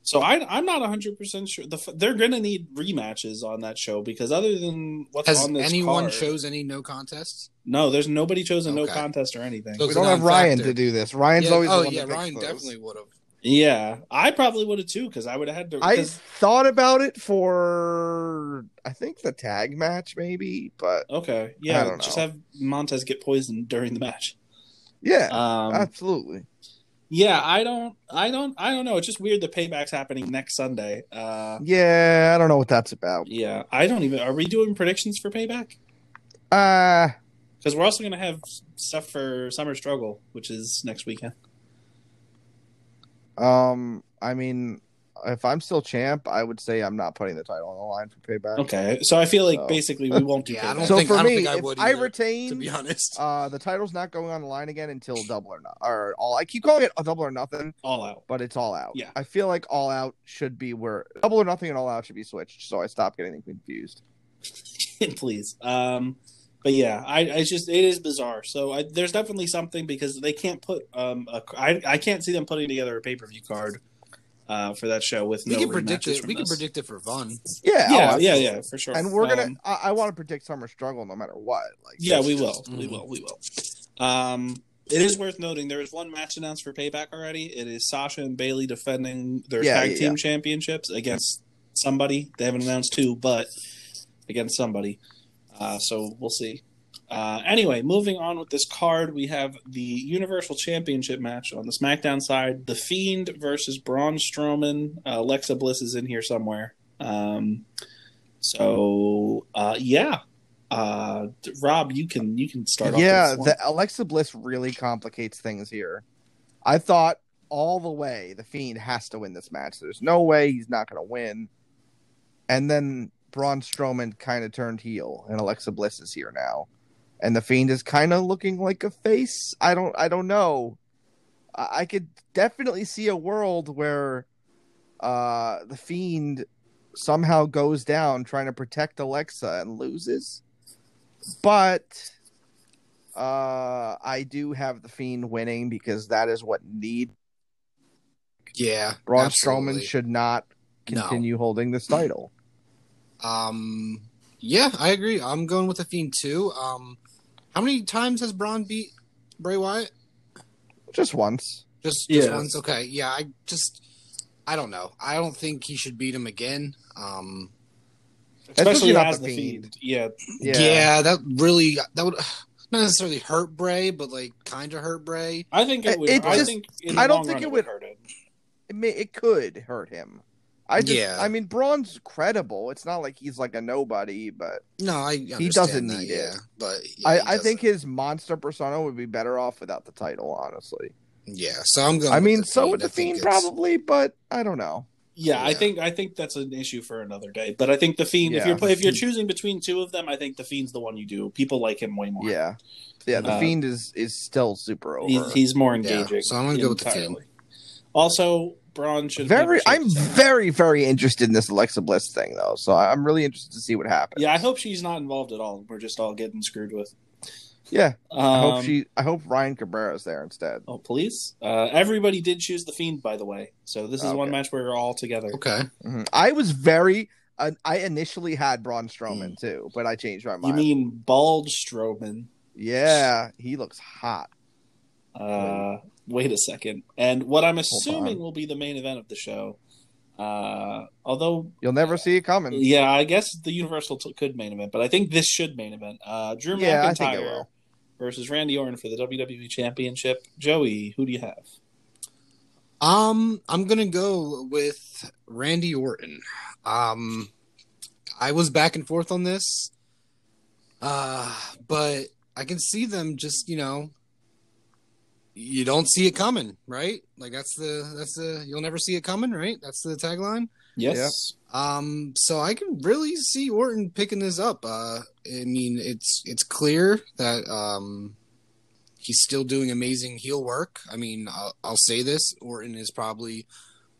[SPEAKER 1] so I I'm not 100 percent sure. The, f- they're gonna need rematches on that show because other than what's
[SPEAKER 3] Has
[SPEAKER 1] on this
[SPEAKER 3] anyone
[SPEAKER 1] card,
[SPEAKER 3] chose any no contests?
[SPEAKER 1] no, there's nobody chosen no
[SPEAKER 3] Okay.
[SPEAKER 1] contest or anything.
[SPEAKER 3] So-
[SPEAKER 2] We
[SPEAKER 3] It's
[SPEAKER 2] don't
[SPEAKER 3] a
[SPEAKER 2] have Ryan
[SPEAKER 3] non-factor.
[SPEAKER 2] to do this. Ryan's
[SPEAKER 3] Yeah,
[SPEAKER 2] always the
[SPEAKER 3] oh
[SPEAKER 2] one
[SPEAKER 3] yeah,
[SPEAKER 2] that picks
[SPEAKER 3] Ryan
[SPEAKER 2] those.
[SPEAKER 3] definitely would have.
[SPEAKER 1] yeah, I probably would have too because I would have had to.
[SPEAKER 2] I
[SPEAKER 1] 'cause-
[SPEAKER 2] thought about it for I think the tag match maybe, but
[SPEAKER 1] okay,
[SPEAKER 2] I
[SPEAKER 1] yeah,
[SPEAKER 2] don't
[SPEAKER 1] just
[SPEAKER 2] know.
[SPEAKER 1] have Montez get poisoned during the match.
[SPEAKER 2] yeah,
[SPEAKER 1] Um,
[SPEAKER 2] absolutely.
[SPEAKER 1] Yeah, I don't, I don't, I don't know. It's just weird. The payback's happening next Sunday. Uh,
[SPEAKER 2] Yeah, I don't know what that's about.
[SPEAKER 1] yeah, I don't even. Are we doing predictions for payback?
[SPEAKER 2] Uh
[SPEAKER 1] Because we're also gonna have stuff for Summer Struggle, which is next weekend.
[SPEAKER 2] um I mean if I'm still champ, I would say I'm not putting the title on the line for payback.
[SPEAKER 1] Okay, so I feel like
[SPEAKER 2] So-
[SPEAKER 1] basically we won't do
[SPEAKER 3] Yeah, I
[SPEAKER 1] payback.
[SPEAKER 3] don't
[SPEAKER 2] So
[SPEAKER 3] think-
[SPEAKER 2] for
[SPEAKER 3] I don't
[SPEAKER 2] me,
[SPEAKER 3] think I
[SPEAKER 2] if
[SPEAKER 3] would
[SPEAKER 2] I
[SPEAKER 3] either,
[SPEAKER 2] retain
[SPEAKER 3] To be honest,
[SPEAKER 2] uh the title's not going on the line again until double or not or all I keep calling it a double or nothing,
[SPEAKER 1] all out.
[SPEAKER 2] but it's all out.
[SPEAKER 1] Yeah.
[SPEAKER 2] I feel like all out should be where double or nothing and all out should be switched, so I stop getting confused.
[SPEAKER 1] please. Um, but yeah, I, I just it is bizarre. So I, there's definitely something because they can't put um a, I, I can't see them putting together a pay per view card uh for that show with
[SPEAKER 3] we
[SPEAKER 1] no
[SPEAKER 3] can predict
[SPEAKER 1] rematches
[SPEAKER 3] it.
[SPEAKER 1] from
[SPEAKER 3] We can
[SPEAKER 1] this.
[SPEAKER 3] predict it for fun.
[SPEAKER 2] Yeah,
[SPEAKER 1] Yeah,
[SPEAKER 2] oh,
[SPEAKER 1] yeah,
[SPEAKER 2] absolutely.
[SPEAKER 1] yeah, for sure.
[SPEAKER 2] and we're gonna.
[SPEAKER 1] Um,
[SPEAKER 2] I, I want to predict summer struggle no matter what. Like,
[SPEAKER 1] Yeah,
[SPEAKER 2] it's
[SPEAKER 1] we
[SPEAKER 2] just-
[SPEAKER 1] will. We
[SPEAKER 3] Mhm.
[SPEAKER 1] will. We will. Um, it is worth noting there is one match announced for Payback already. It is Sasha and Bailey defending their
[SPEAKER 2] Yeah,
[SPEAKER 1] tag
[SPEAKER 2] yeah,
[SPEAKER 1] team championships against somebody. They haven't announced who, but against somebody. Uh, so we'll see. Uh, anyway, moving on with this card, we have the Universal Championship match on the SmackDown side. The Fiend versus Braun Strowman. Uh, Alexa Bliss is in here somewhere. Um, so uh, yeah, uh, d- Rob, you can you can start. off with
[SPEAKER 2] yeah,
[SPEAKER 1] this one.
[SPEAKER 2] the Alexa Bliss really complicates things here. I thought all the way the Fiend has to win this match. There's no way he's not gonna win. And then Braun Strowman kind of turned heel, and Alexa Bliss is here now, and the Fiend is kind of looking like a face. I don't. I don't know. I, I could definitely see a world where uh the Fiend somehow goes down trying to protect Alexa and loses. But uh I do have the Fiend winning because that is what need
[SPEAKER 3] Yeah,
[SPEAKER 2] Braun
[SPEAKER 3] absolutely.
[SPEAKER 2] Strowman should not
[SPEAKER 3] No.
[SPEAKER 2] continue holding this title.
[SPEAKER 3] Um, yeah, I agree. I'm going with the Fiend too. Um, how many times has Braun beat Bray Wyatt?
[SPEAKER 2] Just once.
[SPEAKER 3] Just, just
[SPEAKER 1] Yeah.
[SPEAKER 3] once. Okay. Yeah. I just, I don't know. I don't think he should beat him again. Um,
[SPEAKER 2] especially
[SPEAKER 1] especially
[SPEAKER 2] not
[SPEAKER 1] as
[SPEAKER 2] the
[SPEAKER 1] the
[SPEAKER 2] Fiend.
[SPEAKER 1] Fiend. Yeah,
[SPEAKER 3] yeah. that really that would not necessarily hurt Bray, but like kind of hurt Bray.
[SPEAKER 1] I think it
[SPEAKER 2] It-
[SPEAKER 1] would.
[SPEAKER 2] it
[SPEAKER 1] I
[SPEAKER 2] just-
[SPEAKER 1] think in the
[SPEAKER 2] I don't
[SPEAKER 1] long
[SPEAKER 2] think
[SPEAKER 1] run
[SPEAKER 2] it would-
[SPEAKER 1] hurt it.
[SPEAKER 2] It may it could hurt him. I just
[SPEAKER 3] Yeah.
[SPEAKER 2] I mean Braun's credible. It's not like he's like a nobody, but
[SPEAKER 3] No, I understand
[SPEAKER 2] doesn't
[SPEAKER 3] that,
[SPEAKER 2] need
[SPEAKER 3] yeah,
[SPEAKER 2] it.
[SPEAKER 3] but yeah, he
[SPEAKER 2] I, I think
[SPEAKER 3] doesn't.
[SPEAKER 2] his monster persona would be better off without the title, honestly.
[SPEAKER 3] yeah. So I'm going.
[SPEAKER 2] I
[SPEAKER 3] with
[SPEAKER 2] mean,
[SPEAKER 3] the
[SPEAKER 2] so
[SPEAKER 3] Fiend.
[SPEAKER 2] would
[SPEAKER 3] I
[SPEAKER 2] the
[SPEAKER 3] think
[SPEAKER 2] fiend
[SPEAKER 3] it's-
[SPEAKER 2] probably, but I don't know.
[SPEAKER 1] Yeah, I
[SPEAKER 3] Yeah.
[SPEAKER 1] think I think that's an issue for another day. But I think the fiend. If
[SPEAKER 2] Yeah.
[SPEAKER 1] you're pla- if you're choosing between two of them, I think the fiend's the one you do. People like him way more.
[SPEAKER 2] Yeah, yeah. The
[SPEAKER 1] Uh,
[SPEAKER 2] fiend is is still super over.
[SPEAKER 1] he's, he's more
[SPEAKER 3] Yeah,
[SPEAKER 1] engaging.
[SPEAKER 3] so I'm gonna go with the
[SPEAKER 1] entirely. Also, Braun should
[SPEAKER 2] very.
[SPEAKER 1] should-
[SPEAKER 2] I'm very very interested in this Alexa Bliss thing though, so I- I'm really interested to see what happens.
[SPEAKER 1] Yeah, I hope she's not involved at all. We're just all getting screwed with.
[SPEAKER 2] Yeah,
[SPEAKER 1] Um,
[SPEAKER 2] I hope she. I hope Ryan Cabrera's there instead.
[SPEAKER 1] Oh, police! Uh, everybody did choose the fiend, by the way. So this is one
[SPEAKER 2] Oh, Okay.
[SPEAKER 1] match where we're all together.
[SPEAKER 3] Okay.
[SPEAKER 2] Mhm. I was very. Uh, I initially had Braun Strowman too, but I changed my
[SPEAKER 1] Mm. You
[SPEAKER 2] mind.
[SPEAKER 1] mean Bald Strowman?
[SPEAKER 2] yeah, he looks hot.
[SPEAKER 1] Uh, wait a second. And what I'm
[SPEAKER 2] on.
[SPEAKER 1] assuming will be the main event of the show. Uh, although,
[SPEAKER 2] You'll never see it coming.
[SPEAKER 1] yeah, I guess the Universal t- could main event, but I think this should main event. Uh, Drew
[SPEAKER 2] Yeah, I think it
[SPEAKER 1] McIntyre
[SPEAKER 2] will.
[SPEAKER 1] versus Randy Orton for the WWE Championship. Joey, who do you have?
[SPEAKER 3] Um, I'm gonna go with Randy Orton. Um, I was back and forth on this, uh, but I can see them just you know, you don't see it coming, right? Like that's the that's the you'll never see it coming, right? That's the tagline.
[SPEAKER 1] Yes.
[SPEAKER 3] Um, so I can really see Orton picking this up. Uh, I mean, it's it's clear that um, he's still doing amazing heel work. I mean, I'll, I'll say this: Orton is probably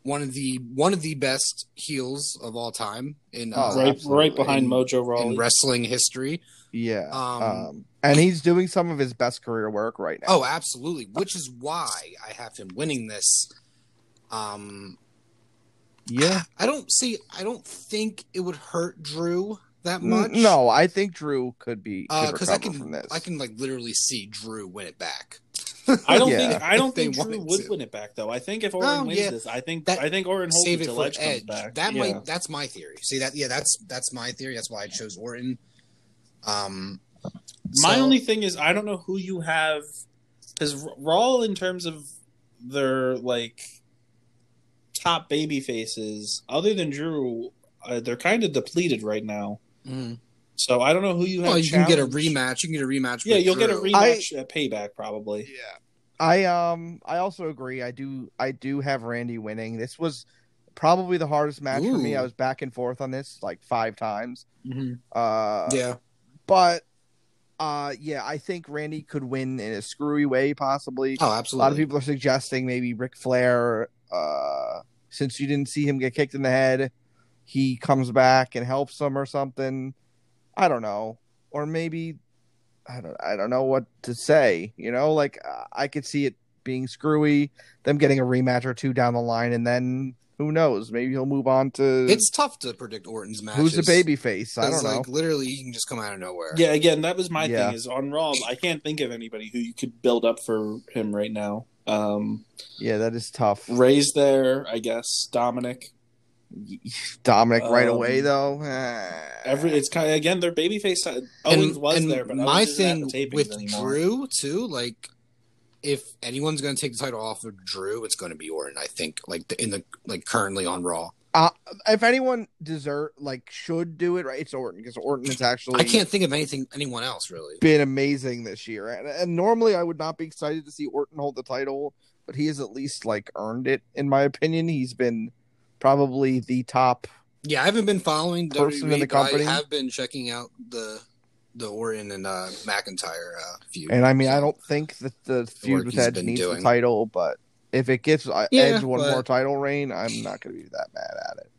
[SPEAKER 3] one of the one of the best heels of all time in, uh,
[SPEAKER 2] Oh,
[SPEAKER 1] right,
[SPEAKER 2] absolutely.
[SPEAKER 1] right behind
[SPEAKER 3] In-
[SPEAKER 1] Mojo
[SPEAKER 3] in
[SPEAKER 1] Rawley.
[SPEAKER 3] wrestling history.
[SPEAKER 2] Yeah.
[SPEAKER 3] Um,
[SPEAKER 2] um, and he's doing some of his best career work right now.
[SPEAKER 3] Oh, absolutely. Which is why I have him winning this. Um,
[SPEAKER 2] yeah.
[SPEAKER 3] I don't see. I don't think it would hurt Drew that much.
[SPEAKER 2] N- No, I think Drew could be
[SPEAKER 1] Uh,
[SPEAKER 2] could
[SPEAKER 3] because
[SPEAKER 2] recover
[SPEAKER 3] Uh, I can
[SPEAKER 2] from this.
[SPEAKER 3] I can like literally see Drew win it back.
[SPEAKER 1] I don't
[SPEAKER 2] Yeah.
[SPEAKER 1] think I don't
[SPEAKER 3] If they
[SPEAKER 1] think Drew
[SPEAKER 3] wanted
[SPEAKER 1] would
[SPEAKER 3] to.
[SPEAKER 1] win it back though. I think if Orton
[SPEAKER 3] Oh,
[SPEAKER 1] wins
[SPEAKER 3] yeah.
[SPEAKER 1] this, I think
[SPEAKER 3] That-
[SPEAKER 1] I think Orton holds
[SPEAKER 3] Save
[SPEAKER 1] it
[SPEAKER 3] it
[SPEAKER 1] till
[SPEAKER 3] for
[SPEAKER 1] Edge comes
[SPEAKER 3] Edge.
[SPEAKER 1] back.
[SPEAKER 3] That
[SPEAKER 1] Yeah.
[SPEAKER 3] might that's my theory. See that yeah, that's that's my theory. That's why I chose Orton. Um
[SPEAKER 1] My
[SPEAKER 3] so-
[SPEAKER 1] only thing is I don't know who you have because Raw in terms of their like top baby faces, other than Drew, uh, they're kind of depleted right now. So I don't know who you have.
[SPEAKER 3] mm. Well, you can get a
[SPEAKER 1] challenged.
[SPEAKER 3] rematch. You can get a rematch.
[SPEAKER 1] Yeah,
[SPEAKER 3] with
[SPEAKER 1] you'll get a
[SPEAKER 3] Drew.
[SPEAKER 1] rematch at Payback probably.
[SPEAKER 2] Yeah. I um I also agree. I do I do have Randy winning. This was probably the hardest match for me.
[SPEAKER 3] Ooh.
[SPEAKER 2] I was back and forth on this like five times.
[SPEAKER 3] Mm-hmm.
[SPEAKER 1] Mhm.
[SPEAKER 2] Uh
[SPEAKER 3] Yeah,
[SPEAKER 2] but uh yeah, I think Randy could win in a screwy way possibly.
[SPEAKER 3] oh,
[SPEAKER 2] a
[SPEAKER 3] absolutely.
[SPEAKER 2] lot of people are suggesting maybe Ric Flair uh since you didn't see him get kicked in the head, he comes back and helps him or something. I don't know. Or maybe I don't I don't know what to say. You know, like uh, I could see it being screwy, them getting a rematch or two down the line, and then who knows? Maybe he'll move on to
[SPEAKER 3] It's tough to predict Orton's match.
[SPEAKER 2] who's the baby face. I don't know.
[SPEAKER 3] Like literally, he can just come out of nowhere.
[SPEAKER 1] Yeah, again, that was my
[SPEAKER 2] Yeah.
[SPEAKER 1] thing. Is on Raw, I can't think of anybody who you could build up for him right now. Um,
[SPEAKER 2] yeah, that is tough.
[SPEAKER 1] Ray's there, I guess. Dominic.
[SPEAKER 2] Dominic right
[SPEAKER 1] Um,
[SPEAKER 2] away though.
[SPEAKER 1] Every it's kind of again their babyface. side- Owens was there, but
[SPEAKER 3] my
[SPEAKER 1] Owens isn't at the
[SPEAKER 3] thing
[SPEAKER 1] tapings
[SPEAKER 3] with
[SPEAKER 1] anymore.
[SPEAKER 3] Drew too, like if anyone's going to take the title off of Drew, it's going to be Orton. I think, like the, in the like currently on Raw,
[SPEAKER 2] if anyone deserve like should do it right, it's Orton because Orton has actually
[SPEAKER 3] I can't think of anything anyone else really.
[SPEAKER 2] been amazing this year. And, and normally I would not be excited to see Orton hold the title, but he has at least like earned it in my opinion. He's been probably the top.
[SPEAKER 3] Yeah, I haven't been following
[SPEAKER 2] Person in
[SPEAKER 3] WWE,
[SPEAKER 2] the
[SPEAKER 3] but
[SPEAKER 2] company?
[SPEAKER 3] I have been checking out the the Orton and uh, McIntyre uh, feud.
[SPEAKER 2] And I mean, I
[SPEAKER 3] So,
[SPEAKER 2] don't think that the feud
[SPEAKER 3] work
[SPEAKER 2] with
[SPEAKER 3] he's
[SPEAKER 2] Edge
[SPEAKER 3] been
[SPEAKER 2] needs the
[SPEAKER 3] doing.
[SPEAKER 2] title, but if it gives uh,
[SPEAKER 3] Yeah,
[SPEAKER 2] Edge one
[SPEAKER 3] but-
[SPEAKER 2] more title reign, I'm not going to be that mad at it.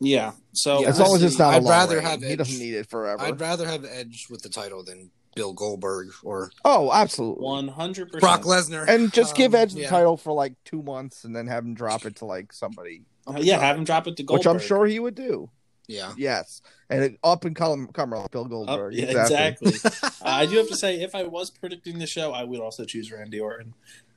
[SPEAKER 1] Yeah. So
[SPEAKER 3] Yeah,
[SPEAKER 2] as long as
[SPEAKER 3] see,
[SPEAKER 2] it's not a
[SPEAKER 3] I'd
[SPEAKER 2] long
[SPEAKER 3] rather
[SPEAKER 2] reign.
[SPEAKER 3] have
[SPEAKER 2] he doesn't
[SPEAKER 3] Edge-
[SPEAKER 2] need it forever.
[SPEAKER 3] I'd rather have Edge with the title than Bill Goldberg or
[SPEAKER 2] oh, absolutely.
[SPEAKER 1] one hundred
[SPEAKER 3] Brock
[SPEAKER 1] percent.
[SPEAKER 3] Lesnar.
[SPEAKER 2] and just give
[SPEAKER 3] Um,
[SPEAKER 2] Edge the
[SPEAKER 3] yeah.
[SPEAKER 2] title for like two months, and then have him drop it to like somebody,
[SPEAKER 1] Uh, Yeah, have him drop it to Goldberg.
[SPEAKER 2] which I'm sure he would do.
[SPEAKER 3] Yeah.
[SPEAKER 2] Yes, and it, up and come, come like Bill
[SPEAKER 1] Up-
[SPEAKER 2] Goldberg.
[SPEAKER 1] yeah,
[SPEAKER 2] exactly.
[SPEAKER 1] exactly. Uh, I do have to say, if I was predicting the show, I would also choose Randy Orton.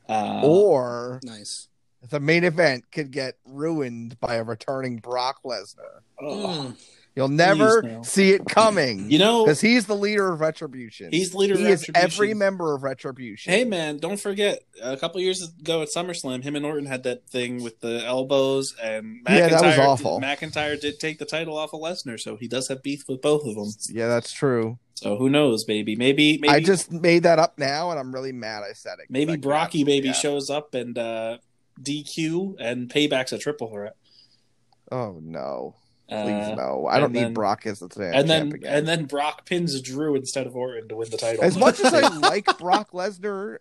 [SPEAKER 1] Uh,
[SPEAKER 2] Or
[SPEAKER 3] nice.
[SPEAKER 2] the main event could get ruined by a returning Brock Lesnar.
[SPEAKER 1] oh,
[SPEAKER 3] Mm.
[SPEAKER 2] You'll never
[SPEAKER 1] no.
[SPEAKER 2] see it coming
[SPEAKER 1] You know,
[SPEAKER 2] because he's the leader of Retribution.
[SPEAKER 1] he's the leader
[SPEAKER 2] he
[SPEAKER 1] of
[SPEAKER 2] is every
[SPEAKER 1] Retribution.
[SPEAKER 2] member of Retribution.
[SPEAKER 1] Hey man, don't forget a couple years ago at SummerSlam, him and Orton had that thing with the elbows, and McIntyre,
[SPEAKER 2] Yeah, that was awful.
[SPEAKER 1] McIntyre did take the title off of Lesnar, so he does have beef with both of them.
[SPEAKER 2] Yeah, that's true.
[SPEAKER 1] So who knows, baby? Maybe, maybe
[SPEAKER 2] I just made that up now, and I'm really mad I said it. 'cause
[SPEAKER 1] maybe
[SPEAKER 2] I can't-
[SPEAKER 1] Brocky baby
[SPEAKER 2] yeah.
[SPEAKER 1] shows up and uh, DQ and Payback's a triple threat.
[SPEAKER 2] Oh no,
[SPEAKER 1] Uh,
[SPEAKER 2] please no! I don't
[SPEAKER 1] and
[SPEAKER 2] need
[SPEAKER 1] then-
[SPEAKER 2] Brock as the tag
[SPEAKER 1] and
[SPEAKER 2] champ
[SPEAKER 1] then
[SPEAKER 2] again.
[SPEAKER 1] and then Brock pins Drew instead of Orton to win the title.
[SPEAKER 2] as much as I like Brock Lesnar,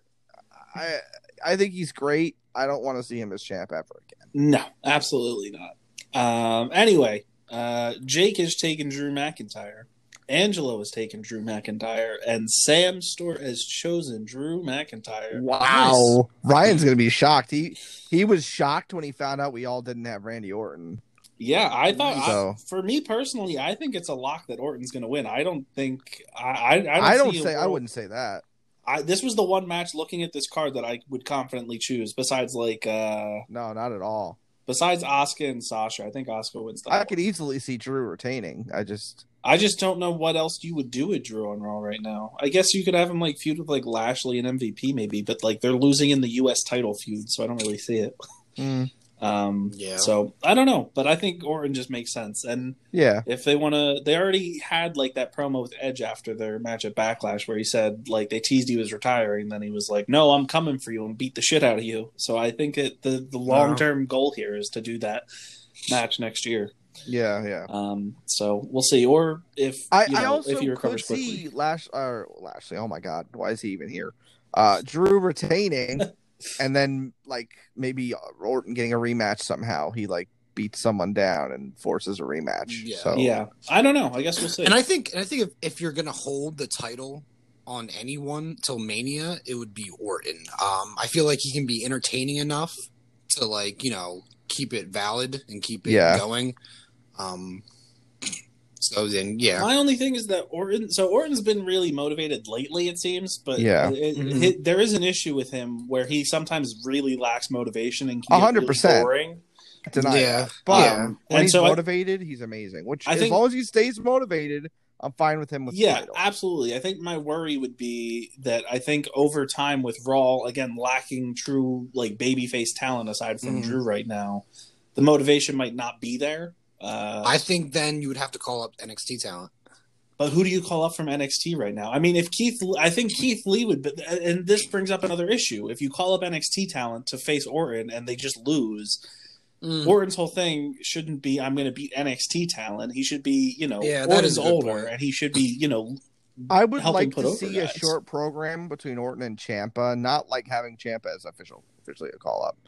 [SPEAKER 2] I I think he's great. I don't want to see him as champ ever again.
[SPEAKER 1] no, absolutely not. Um, anyway, uh, Jake has taken Drew McIntyre. Angelo has taken Drew McIntyre, and Sam Store has chosen Drew McIntyre.
[SPEAKER 2] Wow, Ryan's gonna be shocked. He he was shocked when he found out we all didn't have Randy Orton.
[SPEAKER 1] Yeah, I thought I-
[SPEAKER 2] So-
[SPEAKER 1] for me personally, I think it's a lock that Orton's going to win. I don't think I I, I don't,
[SPEAKER 2] I don't,
[SPEAKER 1] see a
[SPEAKER 2] say I
[SPEAKER 1] world-
[SPEAKER 2] wouldn't say that.
[SPEAKER 1] I, this was the one match looking at this card that I would confidently choose. Besides, like uh
[SPEAKER 2] No, not at all.
[SPEAKER 1] besides Oscar and Sasha, I think Oscar wins that.
[SPEAKER 2] I
[SPEAKER 1] one.
[SPEAKER 2] could easily see Drew retaining. I just
[SPEAKER 1] I just don't know what else you would do with Drew on Raw right now. I guess you could have him like feud with like Lashley and MVP maybe, but like they're losing in the U.S. title feud, so I don't really see it. Um,
[SPEAKER 3] Mm. Yeah.
[SPEAKER 1] So I don't know, but I think Orton just makes sense. And
[SPEAKER 2] yeah.
[SPEAKER 1] if they want to, they already had like that promo with Edge after their match at Backlash where he said like they teased he was retiring, then he was like, "No, I'm coming for you and beat the shit out of you." So I think that the the long term goal here is to do that match next year.
[SPEAKER 2] Yeah, yeah.
[SPEAKER 1] Um, so we'll see. Or if
[SPEAKER 2] I,
[SPEAKER 1] you know,
[SPEAKER 2] I also
[SPEAKER 1] if he
[SPEAKER 2] could
[SPEAKER 1] recovers quickly.
[SPEAKER 2] see Lash or Lashley. Oh my God, why is he even here? Uh, Drew retaining, and then like maybe Orton getting a rematch somehow. He like beats someone down and forces a rematch.
[SPEAKER 3] Yeah.
[SPEAKER 2] So
[SPEAKER 1] Yeah, I don't know. I guess we'll see.
[SPEAKER 3] And I think and I think if, if you're gonna hold the title on anyone till Mania, it would be Orton. Um, I feel like he can be entertaining enough to like you know keep it valid and keep it
[SPEAKER 2] Yeah.
[SPEAKER 3] going. Um, so then yeah,
[SPEAKER 1] My only thing is that Orton. So Orton's been really motivated lately, it seems. But
[SPEAKER 2] Yeah.
[SPEAKER 1] it- it-
[SPEAKER 3] Mhm.
[SPEAKER 1] it- there is an issue with him where he sometimes really lacks motivation and
[SPEAKER 2] A
[SPEAKER 1] can get
[SPEAKER 2] hundred
[SPEAKER 1] really
[SPEAKER 2] percent.
[SPEAKER 1] boring.
[SPEAKER 2] deny
[SPEAKER 3] Yeah.
[SPEAKER 2] that. But
[SPEAKER 3] Yeah.
[SPEAKER 2] when
[SPEAKER 1] And
[SPEAKER 2] he's
[SPEAKER 1] so I-
[SPEAKER 2] motivated, he's amazing. Which
[SPEAKER 1] I
[SPEAKER 2] as
[SPEAKER 1] think-
[SPEAKER 2] long as he stays motivated, I'm fine with him with the
[SPEAKER 1] Yeah,
[SPEAKER 2] title.
[SPEAKER 1] absolutely. I think my worry would be that I think over time with Raw again lacking true like babyface talent aside from
[SPEAKER 3] Mhm.
[SPEAKER 2] Mm-hmm.
[SPEAKER 1] Drew right now, the motivation might not be there. Uh,
[SPEAKER 3] I think then you would have to call up NXT talent.
[SPEAKER 1] But who do you call up from NXT right now? I mean, if Keith, I think Keith Lee would, but and this brings up another issue. If you call up NXT talent to face Orton and they just lose,
[SPEAKER 2] Hmm.
[SPEAKER 1] Orton's whole thing shouldn't be I'm going to beat NXT talent. He should be, you know,
[SPEAKER 3] Yeah, that
[SPEAKER 1] Orton's
[SPEAKER 3] is a good
[SPEAKER 1] older,
[SPEAKER 3] point.
[SPEAKER 1] and he should be, you know,
[SPEAKER 2] I would
[SPEAKER 1] help him
[SPEAKER 2] like
[SPEAKER 1] put
[SPEAKER 2] to
[SPEAKER 1] over
[SPEAKER 2] see
[SPEAKER 1] guys.
[SPEAKER 2] a short program between Orton and Champa, not like having Champa as official officially a call up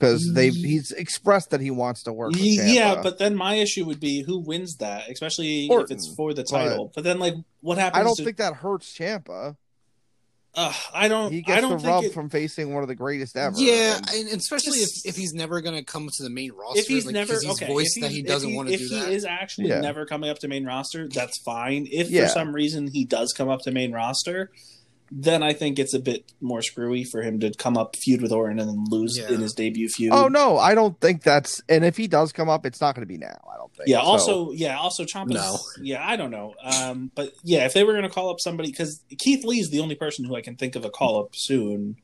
[SPEAKER 2] because they
[SPEAKER 1] Ye-
[SPEAKER 2] he's expressed that he wants to work. With
[SPEAKER 1] Ye- yeah.
[SPEAKER 2] Ciampa.
[SPEAKER 1] But then my issue would be who wins that, especially if
[SPEAKER 2] Orton,
[SPEAKER 1] it's for the
[SPEAKER 2] but-
[SPEAKER 1] title. But, then, like, what happens?
[SPEAKER 2] I don't
[SPEAKER 1] to,
[SPEAKER 2] think that hurts Champa.
[SPEAKER 1] uh, I don't.
[SPEAKER 2] He
[SPEAKER 1] I
[SPEAKER 2] gets
[SPEAKER 1] don't
[SPEAKER 2] the
[SPEAKER 1] think
[SPEAKER 2] rub
[SPEAKER 1] it-
[SPEAKER 2] from facing one of the greatest ever.
[SPEAKER 3] Yeah,
[SPEAKER 2] And
[SPEAKER 3] and, and especially
[SPEAKER 1] Just-
[SPEAKER 3] if, if he's never gonna come to the main roster,
[SPEAKER 1] if he's
[SPEAKER 3] like,
[SPEAKER 1] never
[SPEAKER 3] 'cause he's
[SPEAKER 1] okay,
[SPEAKER 3] voiced
[SPEAKER 1] if
[SPEAKER 3] that
[SPEAKER 1] he's-
[SPEAKER 3] he
[SPEAKER 1] if
[SPEAKER 3] doesn't want to
[SPEAKER 1] if
[SPEAKER 3] do
[SPEAKER 1] he
[SPEAKER 3] that.
[SPEAKER 1] is actually
[SPEAKER 2] Yeah.
[SPEAKER 1] never coming up to main roster, that's fine. If
[SPEAKER 2] Yeah.
[SPEAKER 1] for some reason he does come up to main roster, then I think it's a bit more screwy for him to come up feud with Orton and then lose
[SPEAKER 3] Yeah.
[SPEAKER 1] in his debut feud.
[SPEAKER 2] oh no, I don't think that's. And if he does come up, it's not going to be now. I don't think.
[SPEAKER 1] Yeah.
[SPEAKER 2] So,
[SPEAKER 1] Also, yeah. Also, Ciampa's.
[SPEAKER 3] No.
[SPEAKER 1] Yeah, I don't know. Um, but yeah, if they were going to call up somebody, because Keith Lee's the only person who I can think of a call up soon.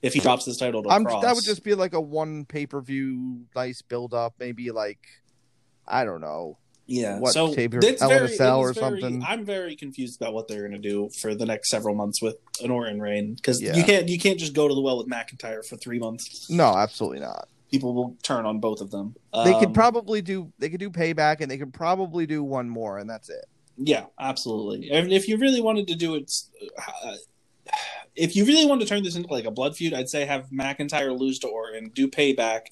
[SPEAKER 1] If he drops his title to
[SPEAKER 2] I'm
[SPEAKER 1] Cross,
[SPEAKER 2] that would just be like a one pay per view, nice build up, maybe like. I don't know.
[SPEAKER 1] yeah.
[SPEAKER 2] what,
[SPEAKER 1] so
[SPEAKER 2] tape or
[SPEAKER 1] it's
[SPEAKER 2] Hell in a
[SPEAKER 1] very-
[SPEAKER 2] Cell
[SPEAKER 1] it's
[SPEAKER 2] or
[SPEAKER 1] very-
[SPEAKER 2] something?
[SPEAKER 1] I'm very confused about what they're going to do for the next several months with an Orton reign because
[SPEAKER 2] Yeah.
[SPEAKER 1] you can't you can't just go to the well with McIntyre for three months.
[SPEAKER 2] No, absolutely not.
[SPEAKER 1] People will turn on both of them.
[SPEAKER 2] They
[SPEAKER 1] Um,
[SPEAKER 2] could probably do they could do payback and they could probably do one more and that's it.
[SPEAKER 1] Yeah, absolutely. And if you really wanted to do it, uh, if you really wanted to turn this into like a blood feud, I'd say have McIntyre lose to Orton, do payback,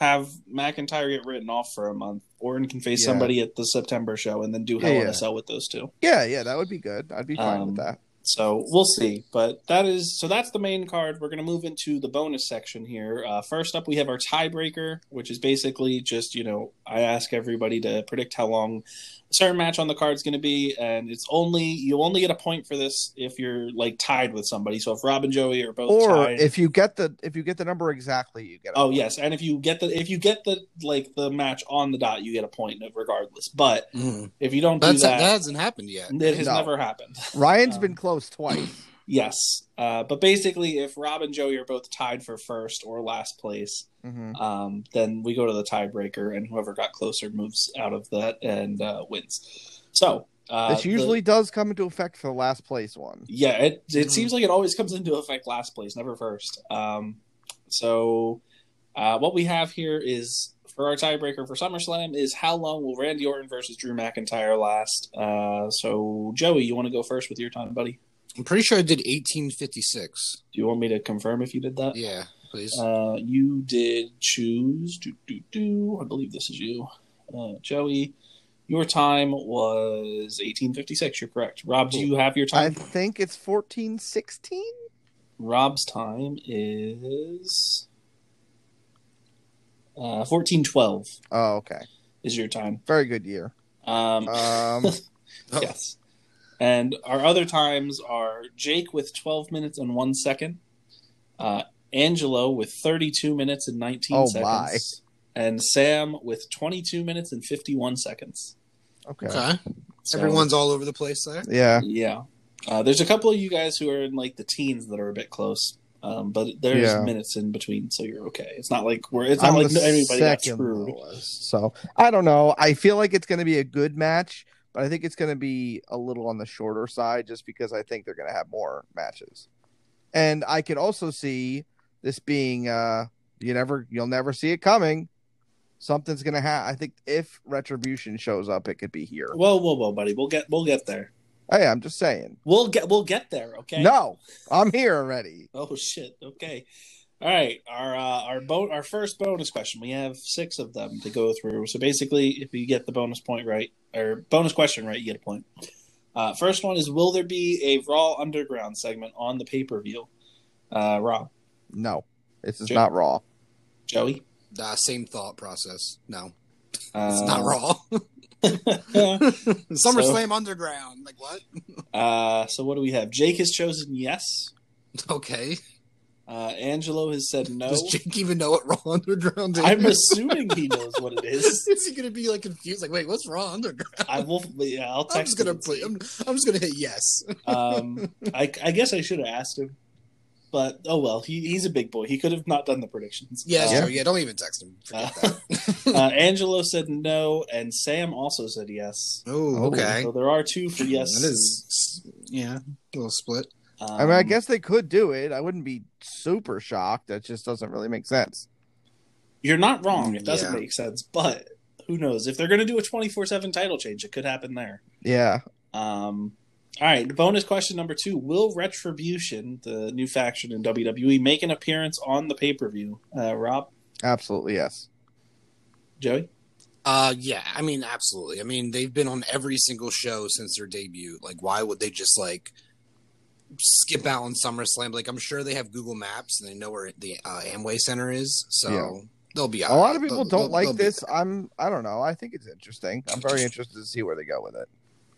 [SPEAKER 1] have McIntyre get written off for a month. Orton can face
[SPEAKER 2] Yeah.
[SPEAKER 1] somebody at the September show, and then do Hell
[SPEAKER 2] Yeah,
[SPEAKER 1] in
[SPEAKER 2] yeah.
[SPEAKER 1] a Cell with those two.
[SPEAKER 2] Yeah, yeah, that would be good. I'd be fine
[SPEAKER 1] Um,
[SPEAKER 2] with that.
[SPEAKER 1] So we'll see. But that is so that's the main card. We're going to move into the bonus section here. Uh, first up, we have our tiebreaker, which is basically just you know I ask everybody to predict how long a certain match on the card is going to be, and it's only you only get a point for this if you're like tied with somebody. So if Rob and Joey are both
[SPEAKER 2] or
[SPEAKER 1] tied,
[SPEAKER 2] if you get the if you get the number exactly, you get. a
[SPEAKER 1] oh
[SPEAKER 2] point.
[SPEAKER 1] yes, and if you get the if you get the like the match on the dot, you get a point regardless. But
[SPEAKER 2] Mm.
[SPEAKER 3] Mhm.
[SPEAKER 1] if you don't
[SPEAKER 3] That's
[SPEAKER 1] do
[SPEAKER 3] that
[SPEAKER 1] that,
[SPEAKER 3] hasn't happened yet.
[SPEAKER 1] it has
[SPEAKER 2] No.
[SPEAKER 1] never happened.
[SPEAKER 2] Ryan's
[SPEAKER 1] Um,
[SPEAKER 2] been close twice.
[SPEAKER 1] Yes, uh, but basically, if Rob and Joey are both tied for first or last place,
[SPEAKER 2] hmm
[SPEAKER 1] um, then we go to the tiebreaker, and whoever got closer moves out of that and uh, wins. So uh,
[SPEAKER 2] this
[SPEAKER 1] the-
[SPEAKER 2] usually does come into effect for the last place one.
[SPEAKER 1] yeah, it it
[SPEAKER 3] Mhm.
[SPEAKER 1] seems like it always comes into effect last place, never first. Um, so uh, what we have here is for our tiebreaker for SummerSlam is how long will Randy Orton versus Drew McIntyre last? Uh, so Joey, you want to go first with your time, buddy?
[SPEAKER 3] I'm pretty sure I did 1856.
[SPEAKER 1] Do you want me to confirm if you did that?
[SPEAKER 3] Yeah, please.
[SPEAKER 1] Uh, you did choose. Do, do, do. I believe this is you. Uh, Joey, your time was 1856. You're correct. Rob, do you have your
[SPEAKER 2] I
[SPEAKER 1] time?
[SPEAKER 2] think it's fourteen sixteen.
[SPEAKER 1] Rob's time is. Uh, 1412
[SPEAKER 2] Oh, okay.
[SPEAKER 1] is your time.
[SPEAKER 2] Very good year.
[SPEAKER 1] Um,
[SPEAKER 2] Um,
[SPEAKER 1] yes. And our other times are Jake with 12 minutes and 1 second, uh, Angelo with 32 minutes and 19
[SPEAKER 2] Oh, my.
[SPEAKER 1] seconds, and Sam with 22 minutes and 51 seconds.
[SPEAKER 2] okay.
[SPEAKER 3] okay.
[SPEAKER 1] So,
[SPEAKER 3] Everyone's all over the place there.
[SPEAKER 2] Yeah.
[SPEAKER 1] Yeah. Uh, there's a couple of you guys who are in like the teens that are a bit close, um, but there's
[SPEAKER 2] Yeah.
[SPEAKER 1] minutes in between, so you're okay. It's not like we're it's not
[SPEAKER 2] I'm
[SPEAKER 1] like
[SPEAKER 2] the
[SPEAKER 1] everybody got
[SPEAKER 2] second
[SPEAKER 1] screwed.
[SPEAKER 2] lowest, so I don't know. I feel like it's going to be a good match, but I think it's going to be a little on the shorter side, just because I think they're going to have more matches. And I could also see this being uh, you never you'll never see it coming. Something's going to happen. I think if retribution shows up, it could be here.
[SPEAKER 1] Whoa, whoa, whoa, buddy! We'll get we'll get there.
[SPEAKER 2] Hey, I'm just saying.
[SPEAKER 1] We'll get we'll get there. Okay.
[SPEAKER 2] No, I'm here already.
[SPEAKER 1] Oh shit. Okay. All right. Our uh, our bo- our first bonus question. We have six of them to go through. So basically, if you get the bonus point right or bonus question right, you get a point. Uh, first one is: Will there be a Raw Underground segment on the pay per view? Uh, Rob,
[SPEAKER 2] No, this is
[SPEAKER 1] Jake?
[SPEAKER 2] not raw.
[SPEAKER 1] Joey,
[SPEAKER 3] Uh, same thought process. No,
[SPEAKER 1] uh,
[SPEAKER 3] it's not raw.
[SPEAKER 1] Raw.
[SPEAKER 3] SummerSlam Underground. Like what?
[SPEAKER 1] uh, so what do we have? Jake has chosen yes.
[SPEAKER 3] Okay.
[SPEAKER 1] Uh, Angelo has said no.
[SPEAKER 3] Does Jake even know what Raw Underground is?
[SPEAKER 1] I'm assuming he knows what it is.
[SPEAKER 3] is he gonna be like confused? Like, wait, what's Raw Underground?
[SPEAKER 1] I will. Yeah, I'll text.
[SPEAKER 3] I'm just gonna
[SPEAKER 1] him and
[SPEAKER 3] play.
[SPEAKER 1] see.
[SPEAKER 3] I'm, I'm just gonna hit yes.
[SPEAKER 1] Um, I, I guess I should have asked him, but oh well. He, he's a big boy. He could have not done the predictions.
[SPEAKER 3] Yeah,
[SPEAKER 1] Uh,
[SPEAKER 3] sure. oh, Yeah, don't even text him. Forget that.
[SPEAKER 1] uh, Angelo said no, and Sam also said yes.
[SPEAKER 3] oh, okay.
[SPEAKER 1] So there are two for yes.
[SPEAKER 3] That is, yeah, a little split.
[SPEAKER 1] Um,
[SPEAKER 2] I mean, I guess they could do it. I wouldn't be super shocked. That just doesn't really make sense.
[SPEAKER 1] you're not wrong. It doesn't
[SPEAKER 3] Yeah.
[SPEAKER 1] make sense, but who knows? If they're going to do a 24 seven title change, it could happen there.
[SPEAKER 2] Yeah.
[SPEAKER 1] Um, all right. Bonus question number two: Will Retribution, the new faction in WWE, make an appearance on the pay per view? Uh, Rob,
[SPEAKER 2] Absolutely. Yes.
[SPEAKER 1] Joey.
[SPEAKER 3] Uh, yeah. I mean, absolutely. I mean, they've been on every single show since their debut. Like, why would they just like skip out on SummerSlam? Like, I'm sure they have Google Maps and they know where the uh, Amway Center is, so
[SPEAKER 2] Yeah.
[SPEAKER 3] they'll be.
[SPEAKER 2] A
[SPEAKER 3] all
[SPEAKER 2] lot
[SPEAKER 3] right.
[SPEAKER 2] of people
[SPEAKER 3] They'll-
[SPEAKER 2] don't
[SPEAKER 3] they'll-
[SPEAKER 2] like
[SPEAKER 3] they'll be-
[SPEAKER 2] this. I'm. I don't know. I think it's interesting. I'm very interested to see where they go with it.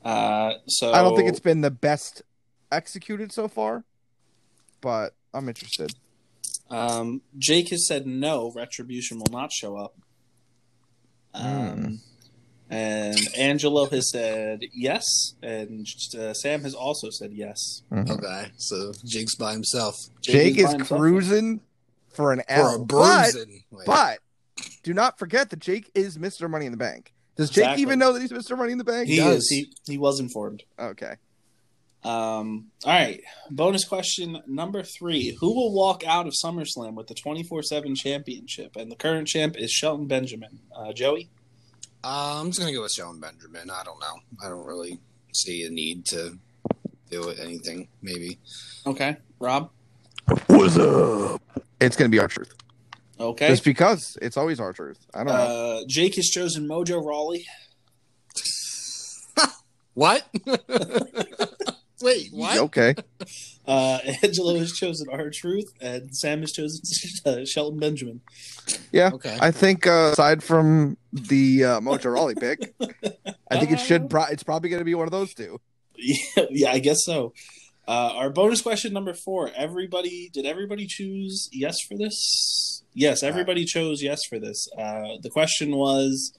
[SPEAKER 1] Uh, so
[SPEAKER 2] I don't think it's been the best executed so far, but I'm interested.
[SPEAKER 1] Um, Jake has said no, Retribution will not show up.
[SPEAKER 2] Hmm.
[SPEAKER 1] Um, And Angelo has said yes, and uh, Sam has also said yes.
[SPEAKER 2] Mhm.
[SPEAKER 3] Okay, so Jake's by himself
[SPEAKER 2] Jake
[SPEAKER 1] by
[SPEAKER 2] is
[SPEAKER 1] himself.
[SPEAKER 2] cruising for an
[SPEAKER 3] for a
[SPEAKER 2] L, but
[SPEAKER 3] bruising. Wait.
[SPEAKER 2] but do not forget that Jake is Mr. Money in the Bank. Does Jake
[SPEAKER 1] Exactly.
[SPEAKER 2] even know that he's Mr. Money in the Bank?
[SPEAKER 1] He
[SPEAKER 3] does.
[SPEAKER 1] is. He, he was informed.
[SPEAKER 2] Okay.
[SPEAKER 1] Um, all right. Bonus question number three: Who will walk out of SummerSlam with the twenty four seven championship? And the current champ is Shelton Benjamin. Uh, Joey.
[SPEAKER 3] Uh, I'm just gonna go with Shelton Benjamin. I don't know. I don't really see a need to do it, anything. Maybe.
[SPEAKER 1] Okay. Rob.
[SPEAKER 2] What's up? It's gonna be our truth.
[SPEAKER 1] Okay.
[SPEAKER 2] Just because it's always our truth. I don't know.
[SPEAKER 1] Uh, Jake has chosen Mojo Rawley.
[SPEAKER 3] What? Wait, what?
[SPEAKER 2] Okay.
[SPEAKER 1] Uh, Angelo has chosen R Truth, and Sam has chosen uh, Shelton Benjamin.
[SPEAKER 3] Okay.
[SPEAKER 2] I think uh, aside from the uh, Mojarali pick, I think
[SPEAKER 1] Uh-huh.
[SPEAKER 2] it should. Pro- it's probably going to be one of those two.
[SPEAKER 1] Yeah, yeah, I guess so. Uh, our bonus question number four. Everybody, did everybody choose yes for this? Yes, everybody chose yes for this. Uh, the question was,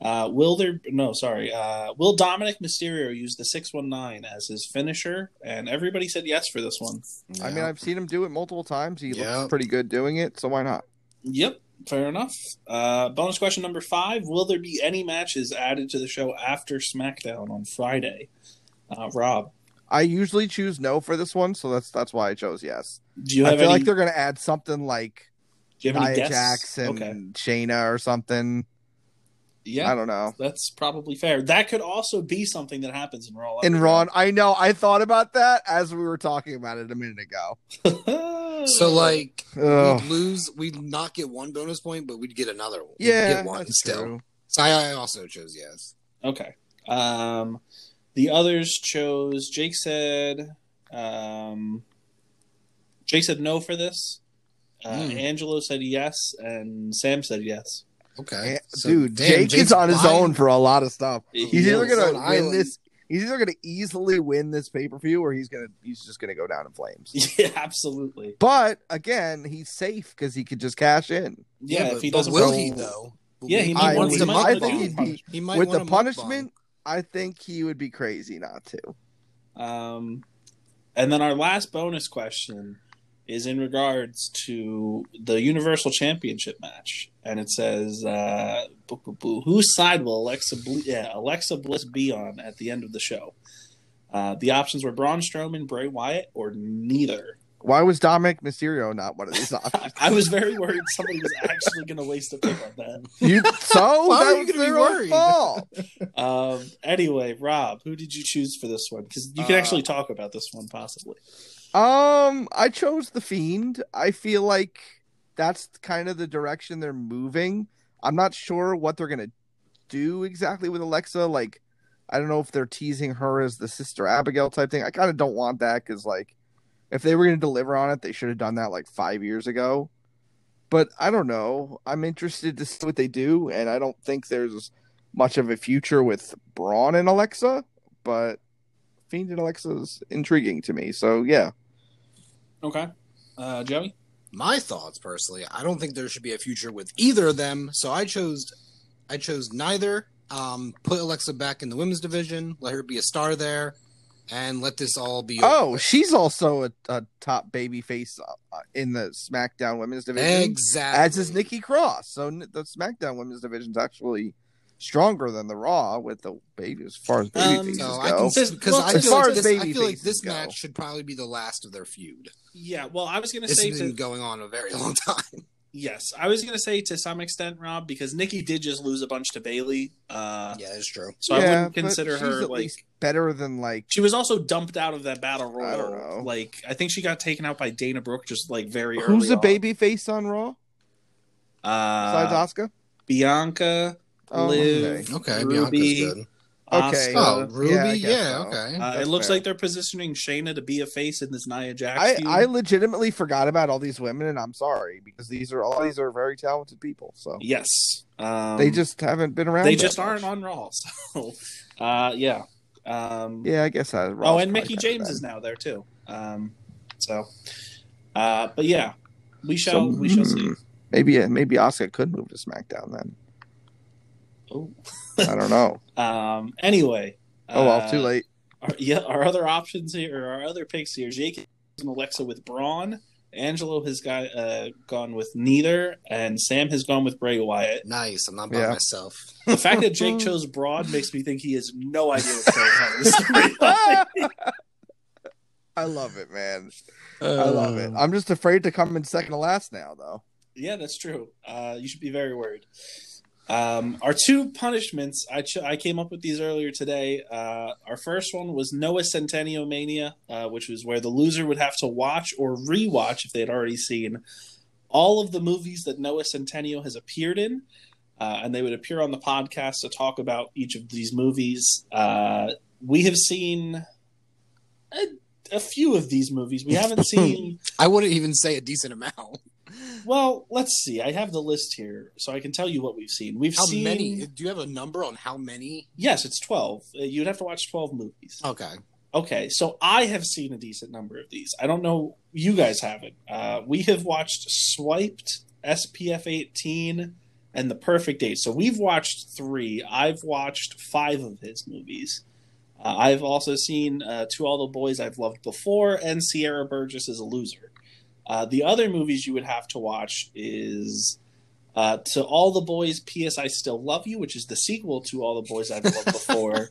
[SPEAKER 1] uh, will there? No, sorry. Uh, will Dominic Mysterio use the six one nine as his finisher? And everybody said yes for this one.
[SPEAKER 2] I mean,
[SPEAKER 3] Yeah.
[SPEAKER 2] I've seen him do it multiple times. He
[SPEAKER 3] Yeah.
[SPEAKER 2] looks pretty good doing it, so why not?
[SPEAKER 1] Yep, fair enough. Uh, bonus question number five: Will there be any matches added to the show after SmackDown on Friday? Uh, Rob,
[SPEAKER 2] I usually choose no for this one, so that's that's why I chose yes.
[SPEAKER 1] do you
[SPEAKER 2] I
[SPEAKER 1] have
[SPEAKER 2] feel
[SPEAKER 1] any?
[SPEAKER 2] like they're going to add something like
[SPEAKER 1] do you have any
[SPEAKER 2] Nia
[SPEAKER 1] guess?
[SPEAKER 2] Jax and
[SPEAKER 1] okay,
[SPEAKER 2] Shayna or something.
[SPEAKER 1] yeah,
[SPEAKER 2] I don't know.
[SPEAKER 1] that's probably fair. That could also be something that happens in Raw.
[SPEAKER 2] And Ron, I know I thought about that as we were talking about it a minute ago.
[SPEAKER 3] So like
[SPEAKER 2] Ugh.
[SPEAKER 3] we'd lose, we'd not get one bonus point, but we'd get another one. We'd
[SPEAKER 2] Yeah,
[SPEAKER 3] get one
[SPEAKER 2] that's
[SPEAKER 3] still.
[SPEAKER 2] true.
[SPEAKER 3] So I, I also chose yes.
[SPEAKER 1] Okay. Um, the others chose. Jake said. Um, Jake said no for this. Uh,
[SPEAKER 3] Hmm.
[SPEAKER 1] Angelo said yes, and Sam said yes.
[SPEAKER 3] Okay,
[SPEAKER 2] Yeah,
[SPEAKER 3] So,
[SPEAKER 2] dude,
[SPEAKER 3] damn,
[SPEAKER 2] Jake
[SPEAKER 3] Jake's
[SPEAKER 2] is on his
[SPEAKER 3] buying-
[SPEAKER 2] own for a lot of stuff. He's
[SPEAKER 1] He
[SPEAKER 2] either
[SPEAKER 1] is.
[SPEAKER 2] gonna
[SPEAKER 3] He's
[SPEAKER 2] win
[SPEAKER 3] on island.
[SPEAKER 2] this. He's either gonna easily win this pay per view, or he's gonna he's just gonna go down in flames.
[SPEAKER 1] Yeah, absolutely.
[SPEAKER 2] But again, he's safe because he could just cash in
[SPEAKER 1] Yeah,
[SPEAKER 3] but,
[SPEAKER 1] if he
[SPEAKER 3] but
[SPEAKER 1] doesn't
[SPEAKER 3] will
[SPEAKER 1] go-
[SPEAKER 3] he though?
[SPEAKER 1] Yeah, he
[SPEAKER 2] might
[SPEAKER 3] he
[SPEAKER 2] want-
[SPEAKER 3] wants to
[SPEAKER 2] he
[SPEAKER 3] mug
[SPEAKER 2] might
[SPEAKER 3] bomb.
[SPEAKER 2] want to be-
[SPEAKER 3] He might
[SPEAKER 2] with
[SPEAKER 3] want
[SPEAKER 2] the
[SPEAKER 3] to mug
[SPEAKER 2] punishment. I think he would be crazy not to.
[SPEAKER 1] Um, and then our last bonus question is in regards to the Universal Championship match, and it says, uh, boo, boo, boo, "Whose side will Alexa Bl- yeah, Alexa Bliss be on at the end of the show?" Uh, the options were Braun Strowman, Bray Wyatt, or neither.
[SPEAKER 2] Why was Dominic Mysterio not one of these options?
[SPEAKER 1] I was very worried somebody was actually going to waste a pick on that.
[SPEAKER 2] you so
[SPEAKER 3] Why
[SPEAKER 2] that
[SPEAKER 3] were you
[SPEAKER 2] was
[SPEAKER 3] gonna be
[SPEAKER 2] their own
[SPEAKER 3] worried?
[SPEAKER 2] fault.
[SPEAKER 1] Um, anyway, Rob, who did you choose for this one? Because you can
[SPEAKER 2] Uh,
[SPEAKER 1] actually talk about this one possibly.
[SPEAKER 2] Um, I chose the fiend. I feel like that's kind of the direction they're moving. I'm not sure what they're gonna do exactly with Alexa. Like, I don't know if they're teasing her as the sister Abigail type thing. I kind of don't want that because, like, if they were gonna deliver on it, they should have done that like five years ago. But I don't know. I'm interested to see what they do, and I don't think there's much of a future with Braun and Alexa. But Fiend and Alexa is intriguing to me. So yeah.
[SPEAKER 1] Okay, uh, Joey.
[SPEAKER 3] my thoughts personally i don't think there should be a future with either of them so i chose i chose neither um put alexa back in the women's division let her be a star there and let this all be
[SPEAKER 2] Oh, she's also a, a top baby face uh, in the SmackDown Women's Division,
[SPEAKER 3] exactly
[SPEAKER 2] as is Nikki Cross. So n- the SmackDown Women's Division's actually stronger than the Raw with the baby as far as baby
[SPEAKER 1] Um,
[SPEAKER 2] faces
[SPEAKER 3] so I
[SPEAKER 2] go.
[SPEAKER 3] can
[SPEAKER 1] Says-
[SPEAKER 3] because
[SPEAKER 1] well,
[SPEAKER 3] I
[SPEAKER 1] as
[SPEAKER 3] feel,
[SPEAKER 1] far
[SPEAKER 3] like
[SPEAKER 1] as
[SPEAKER 3] this, I
[SPEAKER 2] baby
[SPEAKER 3] feel like
[SPEAKER 2] faces
[SPEAKER 3] this
[SPEAKER 2] go.
[SPEAKER 3] match should probably be the last of their feud.
[SPEAKER 1] Yeah, well, I was going to
[SPEAKER 3] This
[SPEAKER 1] say
[SPEAKER 3] has been
[SPEAKER 1] to
[SPEAKER 3] going on a very long time.
[SPEAKER 1] yes, I was going to say to some extent, Rob, because Nikki did just lose a bunch to Bailey, uh,
[SPEAKER 3] yeah, that's true.
[SPEAKER 1] so I
[SPEAKER 2] Yeah,
[SPEAKER 1] wouldn't
[SPEAKER 2] but
[SPEAKER 1] consider
[SPEAKER 2] she's
[SPEAKER 1] her
[SPEAKER 2] at
[SPEAKER 1] like.
[SPEAKER 2] least better than like
[SPEAKER 1] She was also dumped out of that battle royal.
[SPEAKER 2] I don't know.
[SPEAKER 1] Like I think she got taken out by Dana Brooke just like very early.
[SPEAKER 2] who's the
[SPEAKER 1] on.
[SPEAKER 2] baby face on Raw besides
[SPEAKER 1] Uh,
[SPEAKER 2] Oscar?
[SPEAKER 1] Bianca,
[SPEAKER 2] Oh,
[SPEAKER 1] Liv,
[SPEAKER 2] okay.
[SPEAKER 3] Okay,
[SPEAKER 1] Ruby,
[SPEAKER 3] Bianca's good.
[SPEAKER 2] Okay.
[SPEAKER 1] Asuka.
[SPEAKER 3] Oh,
[SPEAKER 2] yeah,
[SPEAKER 3] Ruby,
[SPEAKER 2] I
[SPEAKER 3] yeah,
[SPEAKER 2] guess so.
[SPEAKER 3] okay.
[SPEAKER 1] Uh, it
[SPEAKER 2] That's
[SPEAKER 1] looks
[SPEAKER 2] fair.
[SPEAKER 1] like they're positioning Shayna to be a face in this Nia Jax.
[SPEAKER 2] I,
[SPEAKER 1] feud.
[SPEAKER 2] I legitimately forgot about all these women, and I'm sorry because these are all these are very talented people. So
[SPEAKER 1] yes, um,
[SPEAKER 2] they just haven't been around.
[SPEAKER 1] they
[SPEAKER 2] that
[SPEAKER 1] just
[SPEAKER 2] much.
[SPEAKER 1] aren't on Raw. So, uh, yeah, um,
[SPEAKER 2] Yeah, I guess uh, I.
[SPEAKER 1] oh, and Mickey James is now there too. Um, so, uh, but yeah, we shall we shall see.
[SPEAKER 2] hmm, Maybe maybe Oscar could move to SmackDown then.
[SPEAKER 1] Oh.
[SPEAKER 2] I don't know.
[SPEAKER 1] Um, anyway,
[SPEAKER 2] Oh well,
[SPEAKER 1] uh,
[SPEAKER 2] too late.
[SPEAKER 1] Our, yeah, our other options here, or our other picks here, Jake and Alexa with Braun. Angelo has got uh, gone with neither, and Sam has gone with Bray Wyatt.
[SPEAKER 3] Nice. I'm not by
[SPEAKER 2] Yeah.
[SPEAKER 3] myself.
[SPEAKER 1] The fact that Jake chose Braun makes me think he has no idea what's going on. in this storyline.
[SPEAKER 2] I love it, man. I love it.
[SPEAKER 3] Uh,
[SPEAKER 2] I'm just afraid to come in second to last now, though.
[SPEAKER 1] yeah, that's true. Uh, you should be very worried. Um, our two punishments, I, ch- I came up with these earlier today. Uh, our first one was Noah Centennial Mania, uh, which was where the loser would have to watch or rewatch if they had already seen all of the movies that Noah Centennial has appeared in. Uh, and they would appear on the podcast to talk about each of these movies. Uh, we have seen a, a few of these movies. We haven't seen.
[SPEAKER 3] I wouldn't even say a decent amount.
[SPEAKER 1] Well, let's see. I have the list here, so I can tell you what we've seen. We've
[SPEAKER 3] How
[SPEAKER 1] seen
[SPEAKER 3] many? Do you have a number on how many?
[SPEAKER 1] Yes, it's twelve. Uh, You'd have to watch twelve movies.
[SPEAKER 3] Okay.
[SPEAKER 1] Okay, so I have seen a decent number of these. I don't know you guys haven't. Uh, we have watched Swiped, SPF 18, and The Perfect Date. So we've watched three. I've watched five of his movies. Uh, I've also seen uh, To All the Boys I've Loved Before and Sierra Burgess is a Loser. Uh, the other movies you would have to watch is uh, To All the Boys, P.S. I Still Love You, which is the sequel to All the Boys I've Loved Before.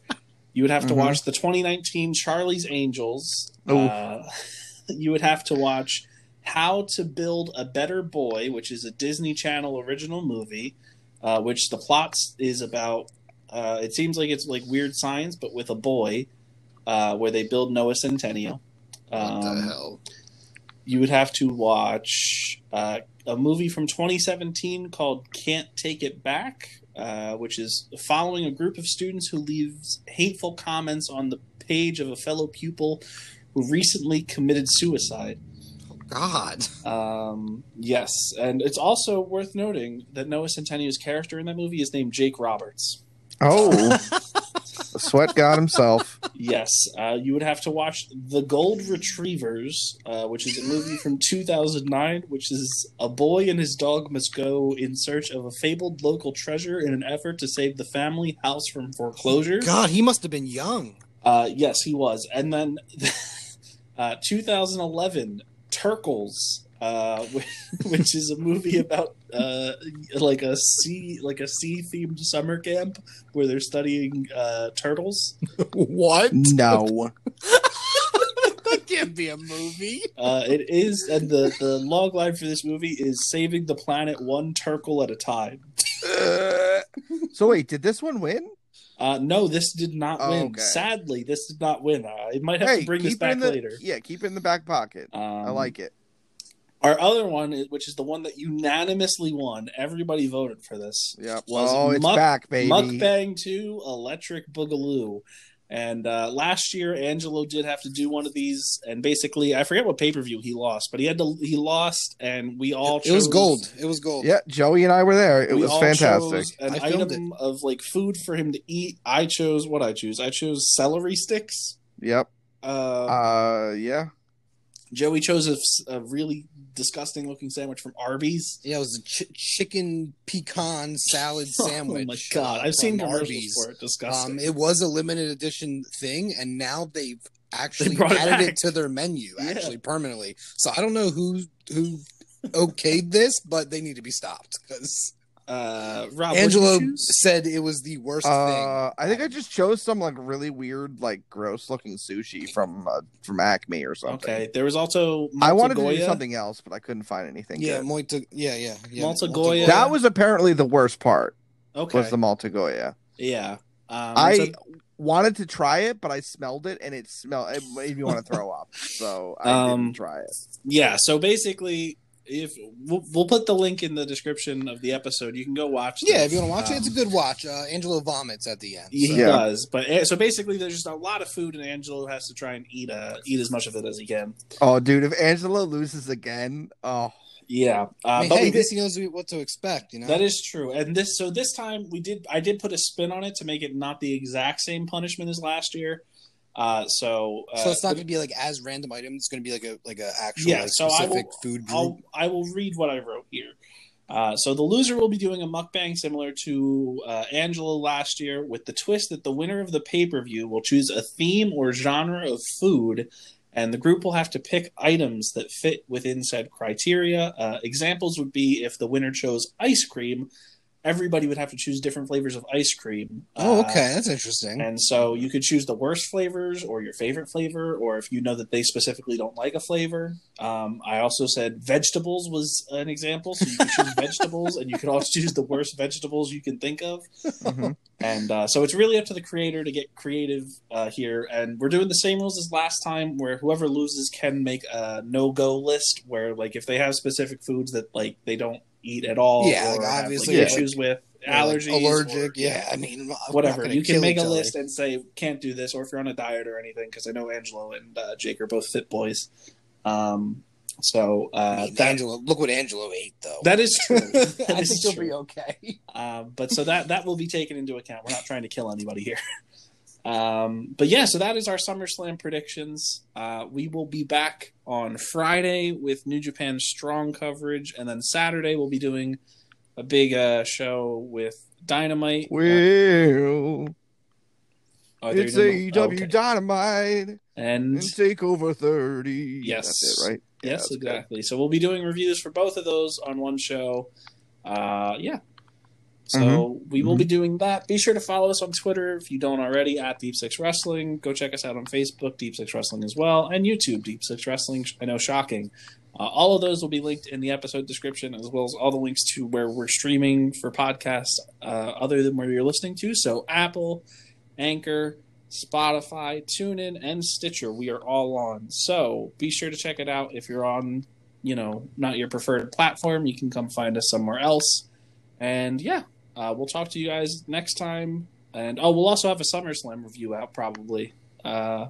[SPEAKER 1] You would have to
[SPEAKER 2] Mhm.
[SPEAKER 1] watch the 2019 Charlie's Angels.
[SPEAKER 2] Oof.
[SPEAKER 1] Uh, you would have to watch How to Build a Better Boy, which is a Disney Channel original movie, uh, which the plot is about. Uh, it seems like it's like weird science, but with a boy, uh, where they build Noah Centennial.
[SPEAKER 3] What the
[SPEAKER 1] Um,
[SPEAKER 3] hell?
[SPEAKER 1] you would have to watch uh, a movie from 2017 called Can't Take It Back, uh, which is following a group of students who leaves hateful comments on the page of a fellow pupil who recently committed suicide.
[SPEAKER 3] God.
[SPEAKER 1] Um, yes, and it's also worth noting that Noah Centennial's character in that movie is named Jake Roberts.
[SPEAKER 2] Oh, the sweat god himself.
[SPEAKER 1] Yes, uh, you would have to watch The Gold Retrievers, uh, which is a movie from 2009, which is a boy and his dog must go in search of a fabled local treasure in an effort to save the family house from foreclosure.
[SPEAKER 3] God, he must have been young.
[SPEAKER 1] Uh, yes, he was. And then uh, 2011, Turkles, uh, wh- which is a movie about uh, like a sea like a sea themed summer camp where they're studying uh, turtles.
[SPEAKER 3] What?
[SPEAKER 2] No.
[SPEAKER 3] that can't be a movie.
[SPEAKER 1] Uh, it is, and the the log line for this movie is saving the planet one turkle at a time.
[SPEAKER 2] So wait, did this one win?
[SPEAKER 1] Uh, no, this did not
[SPEAKER 2] Oh,
[SPEAKER 1] win.
[SPEAKER 2] okay.
[SPEAKER 1] Sadly, this did not win. Uh, I might have
[SPEAKER 2] hey,
[SPEAKER 1] to bring this
[SPEAKER 2] keep it
[SPEAKER 1] back
[SPEAKER 2] in the,
[SPEAKER 1] later.
[SPEAKER 2] Yeah, keep it in the back pocket.
[SPEAKER 1] Um,
[SPEAKER 2] I like it.
[SPEAKER 1] our other one, is- which is the one that unanimously won. Everybody voted for this.
[SPEAKER 2] Yeah.
[SPEAKER 1] was
[SPEAKER 2] oh, it's
[SPEAKER 1] Muck-
[SPEAKER 2] back, baby.
[SPEAKER 1] Mukbang Two, Electric Boogaloo, and uh, last year Angelo did have to do one of these, and basically I forget what pay per view he lost, but he had to he lost, and we all
[SPEAKER 3] It was
[SPEAKER 1] chose-
[SPEAKER 3] gold. It was gold.
[SPEAKER 2] Yeah, Joey and I were there. It
[SPEAKER 1] We
[SPEAKER 2] was
[SPEAKER 1] all chose
[SPEAKER 2] fantastic.
[SPEAKER 1] An
[SPEAKER 3] I filmed
[SPEAKER 1] item of like food for him to eat. I chose what I choose. I chose celery sticks.
[SPEAKER 2] Yep.
[SPEAKER 1] Uh,
[SPEAKER 2] Uh, yeah.
[SPEAKER 1] Joey chose a, s- a really disgusting looking sandwich from Arby's.
[SPEAKER 3] Yeah, it was a ch- chicken pecan salad
[SPEAKER 1] Oh my
[SPEAKER 3] sandwich. uh,
[SPEAKER 1] god! I've seen
[SPEAKER 3] from
[SPEAKER 1] commercials
[SPEAKER 3] Arby's.
[SPEAKER 1] for it. Disgusting.
[SPEAKER 3] Um, it was a limited edition thing, and now they've actually
[SPEAKER 1] brought it
[SPEAKER 3] added it,
[SPEAKER 1] back.
[SPEAKER 3] to their menu,
[SPEAKER 1] Yeah.
[SPEAKER 3] actually permanently. So I don't know who who okayed this, but they need to be stopped because
[SPEAKER 1] uh, Rob, what'd you
[SPEAKER 3] Angelo
[SPEAKER 1] choose?
[SPEAKER 3] said it was the worst thing.
[SPEAKER 2] Uh, I think I just chose some like really weird, like gross looking sushi from uh, from Acme or something.
[SPEAKER 1] Okay, there was also
[SPEAKER 2] I wanted to do
[SPEAKER 1] Maltagoya.
[SPEAKER 2] something else, but I couldn't find anything.
[SPEAKER 3] Yeah,
[SPEAKER 2] good.
[SPEAKER 3] Moita, yeah, yeah, yeah.
[SPEAKER 1] Malta
[SPEAKER 3] Malta
[SPEAKER 1] Goya.
[SPEAKER 3] Goya.
[SPEAKER 2] that was apparently the worst part.
[SPEAKER 1] Okay,
[SPEAKER 2] Was the Maltagoya?
[SPEAKER 1] yeah. Um,
[SPEAKER 2] I
[SPEAKER 1] so-
[SPEAKER 2] wanted to try it, but I smelled it, and it smelled. It made me want to throw up, so I
[SPEAKER 1] Um,
[SPEAKER 2] didn't try it.
[SPEAKER 1] yeah so basically if we'll, we'll put the link in the description of the episode you can go watch
[SPEAKER 3] Yeah, if
[SPEAKER 1] this.
[SPEAKER 3] you want to watch it, it's a
[SPEAKER 1] Um,
[SPEAKER 3] good watch. Uh, Angelo vomits at the end.
[SPEAKER 1] he
[SPEAKER 3] so-
[SPEAKER 2] Yeah.
[SPEAKER 1] does but eh, so basically there's just a lot of food and angelo has to try and eat uh eat as much of it as he can
[SPEAKER 2] Oh, dude, if Angela loses again, oh,
[SPEAKER 1] yeah uh,
[SPEAKER 3] I mean,
[SPEAKER 1] but
[SPEAKER 3] hey,
[SPEAKER 1] we
[SPEAKER 3] at
[SPEAKER 1] did,
[SPEAKER 3] least he knows what to expect. You know,
[SPEAKER 1] that is true and this so this time we did i did put a spin on it to make it not the exact same punishment as last year uh so uh,
[SPEAKER 3] so it's not going to be like as random item. It's going to be like a like a actual
[SPEAKER 1] Yeah,
[SPEAKER 3] like,
[SPEAKER 1] so I
[SPEAKER 3] specific
[SPEAKER 1] will-
[SPEAKER 3] food group.
[SPEAKER 1] I'll, I will read what I wrote here. Uh, so the loser will be doing a mukbang similar to uh, Angela last year, with the twist that the winner of the pay per view will choose a theme or genre of food, and the group will have to pick items that fit within said criteria. Uh, examples would be if the winner chose ice cream, everybody would have to choose different flavors of ice cream.
[SPEAKER 3] oh,
[SPEAKER 1] Uh,
[SPEAKER 3] okay, that's interesting.
[SPEAKER 1] and so you could choose the worst flavors or your favorite flavor, or if you know that they specifically don't like a flavor. Um, I also said vegetables was an example. So you could choose vegetables and you could also choose the worst vegetables you can think of.
[SPEAKER 2] mhm.
[SPEAKER 1] And uh, so it's really up to the creator to get creative uh, here. And we're doing the same rules as last time, where whoever loses can make a no go list. Where like if they have specific foods that like they don't eat at all,
[SPEAKER 3] Yeah, like,
[SPEAKER 1] have,
[SPEAKER 3] obviously,
[SPEAKER 2] yeah.
[SPEAKER 1] issues with, allergies,
[SPEAKER 3] like, allergic.
[SPEAKER 1] or-
[SPEAKER 3] yeah, I mean, I'm not
[SPEAKER 1] whatever.
[SPEAKER 3] gonna
[SPEAKER 1] You can
[SPEAKER 3] kill
[SPEAKER 1] make
[SPEAKER 3] each
[SPEAKER 1] a
[SPEAKER 3] other.
[SPEAKER 1] list and say can't do this, or if you're on a diet or anything, because I know Angelo and uh, Jake are both fit boys. Um, so
[SPEAKER 3] I
[SPEAKER 1] uh,
[SPEAKER 3] mean,
[SPEAKER 1] that
[SPEAKER 3] Angelo, look what Angelo ate, though.
[SPEAKER 1] that is true. That
[SPEAKER 3] I
[SPEAKER 1] is
[SPEAKER 3] think you'll
[SPEAKER 1] true.
[SPEAKER 3] be okay.
[SPEAKER 1] Um, but so that that will be taken into account. We're not trying to kill anybody here. Um, but yeah, so that is our SummerSlam predictions. Uh, we will be back on Friday with New Japan Strong coverage, and then Saturday we'll be doing a big uh, show with Dynamite. Uh,
[SPEAKER 2] Well,
[SPEAKER 1] oh, they're
[SPEAKER 2] it's
[SPEAKER 1] doing-
[SPEAKER 2] E AEW
[SPEAKER 1] okay.
[SPEAKER 2] Dynamite
[SPEAKER 1] And
[SPEAKER 2] and Takeover 30.
[SPEAKER 1] Yes.
[SPEAKER 2] That's it, right? Yeah,
[SPEAKER 1] yes,
[SPEAKER 2] that's good.
[SPEAKER 1] exactly. So we'll be doing reviews for both of those on one show. Uh, yeah. So we will be doing that. Be sure to follow us on Twitter if you don't already at Deep Six Wrestling. Go check us out on Facebook, Deep Six Wrestling as well, and YouTube, Deep Six Wrestling. I know, shocking. Uh, all of those will be linked in the episode description, as well as all the links to where we're streaming for podcasts uh, other than where you're listening to. So Apple, Anchor, Spotify, TuneIn, and Stitcher. We are all on. So be sure to check it out. If you're on, you know, not your preferred platform, you can come find us somewhere else. And yeah, uh, we'll talk to you guys next time. And oh, we'll also have a SummerSlam review out probably uh,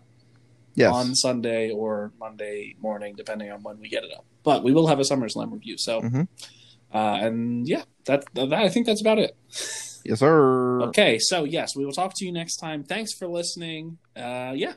[SPEAKER 2] Yes.
[SPEAKER 1] on Sunday or Monday morning, depending on when we get it up. But we will have a SummerSlam review. So,
[SPEAKER 2] Mhm.
[SPEAKER 1] uh, and yeah, that, that I think that's about it.
[SPEAKER 2] Yes, sir.
[SPEAKER 1] Okay, so yes, we will talk to you next time. Thanks for listening. Uh, yeah,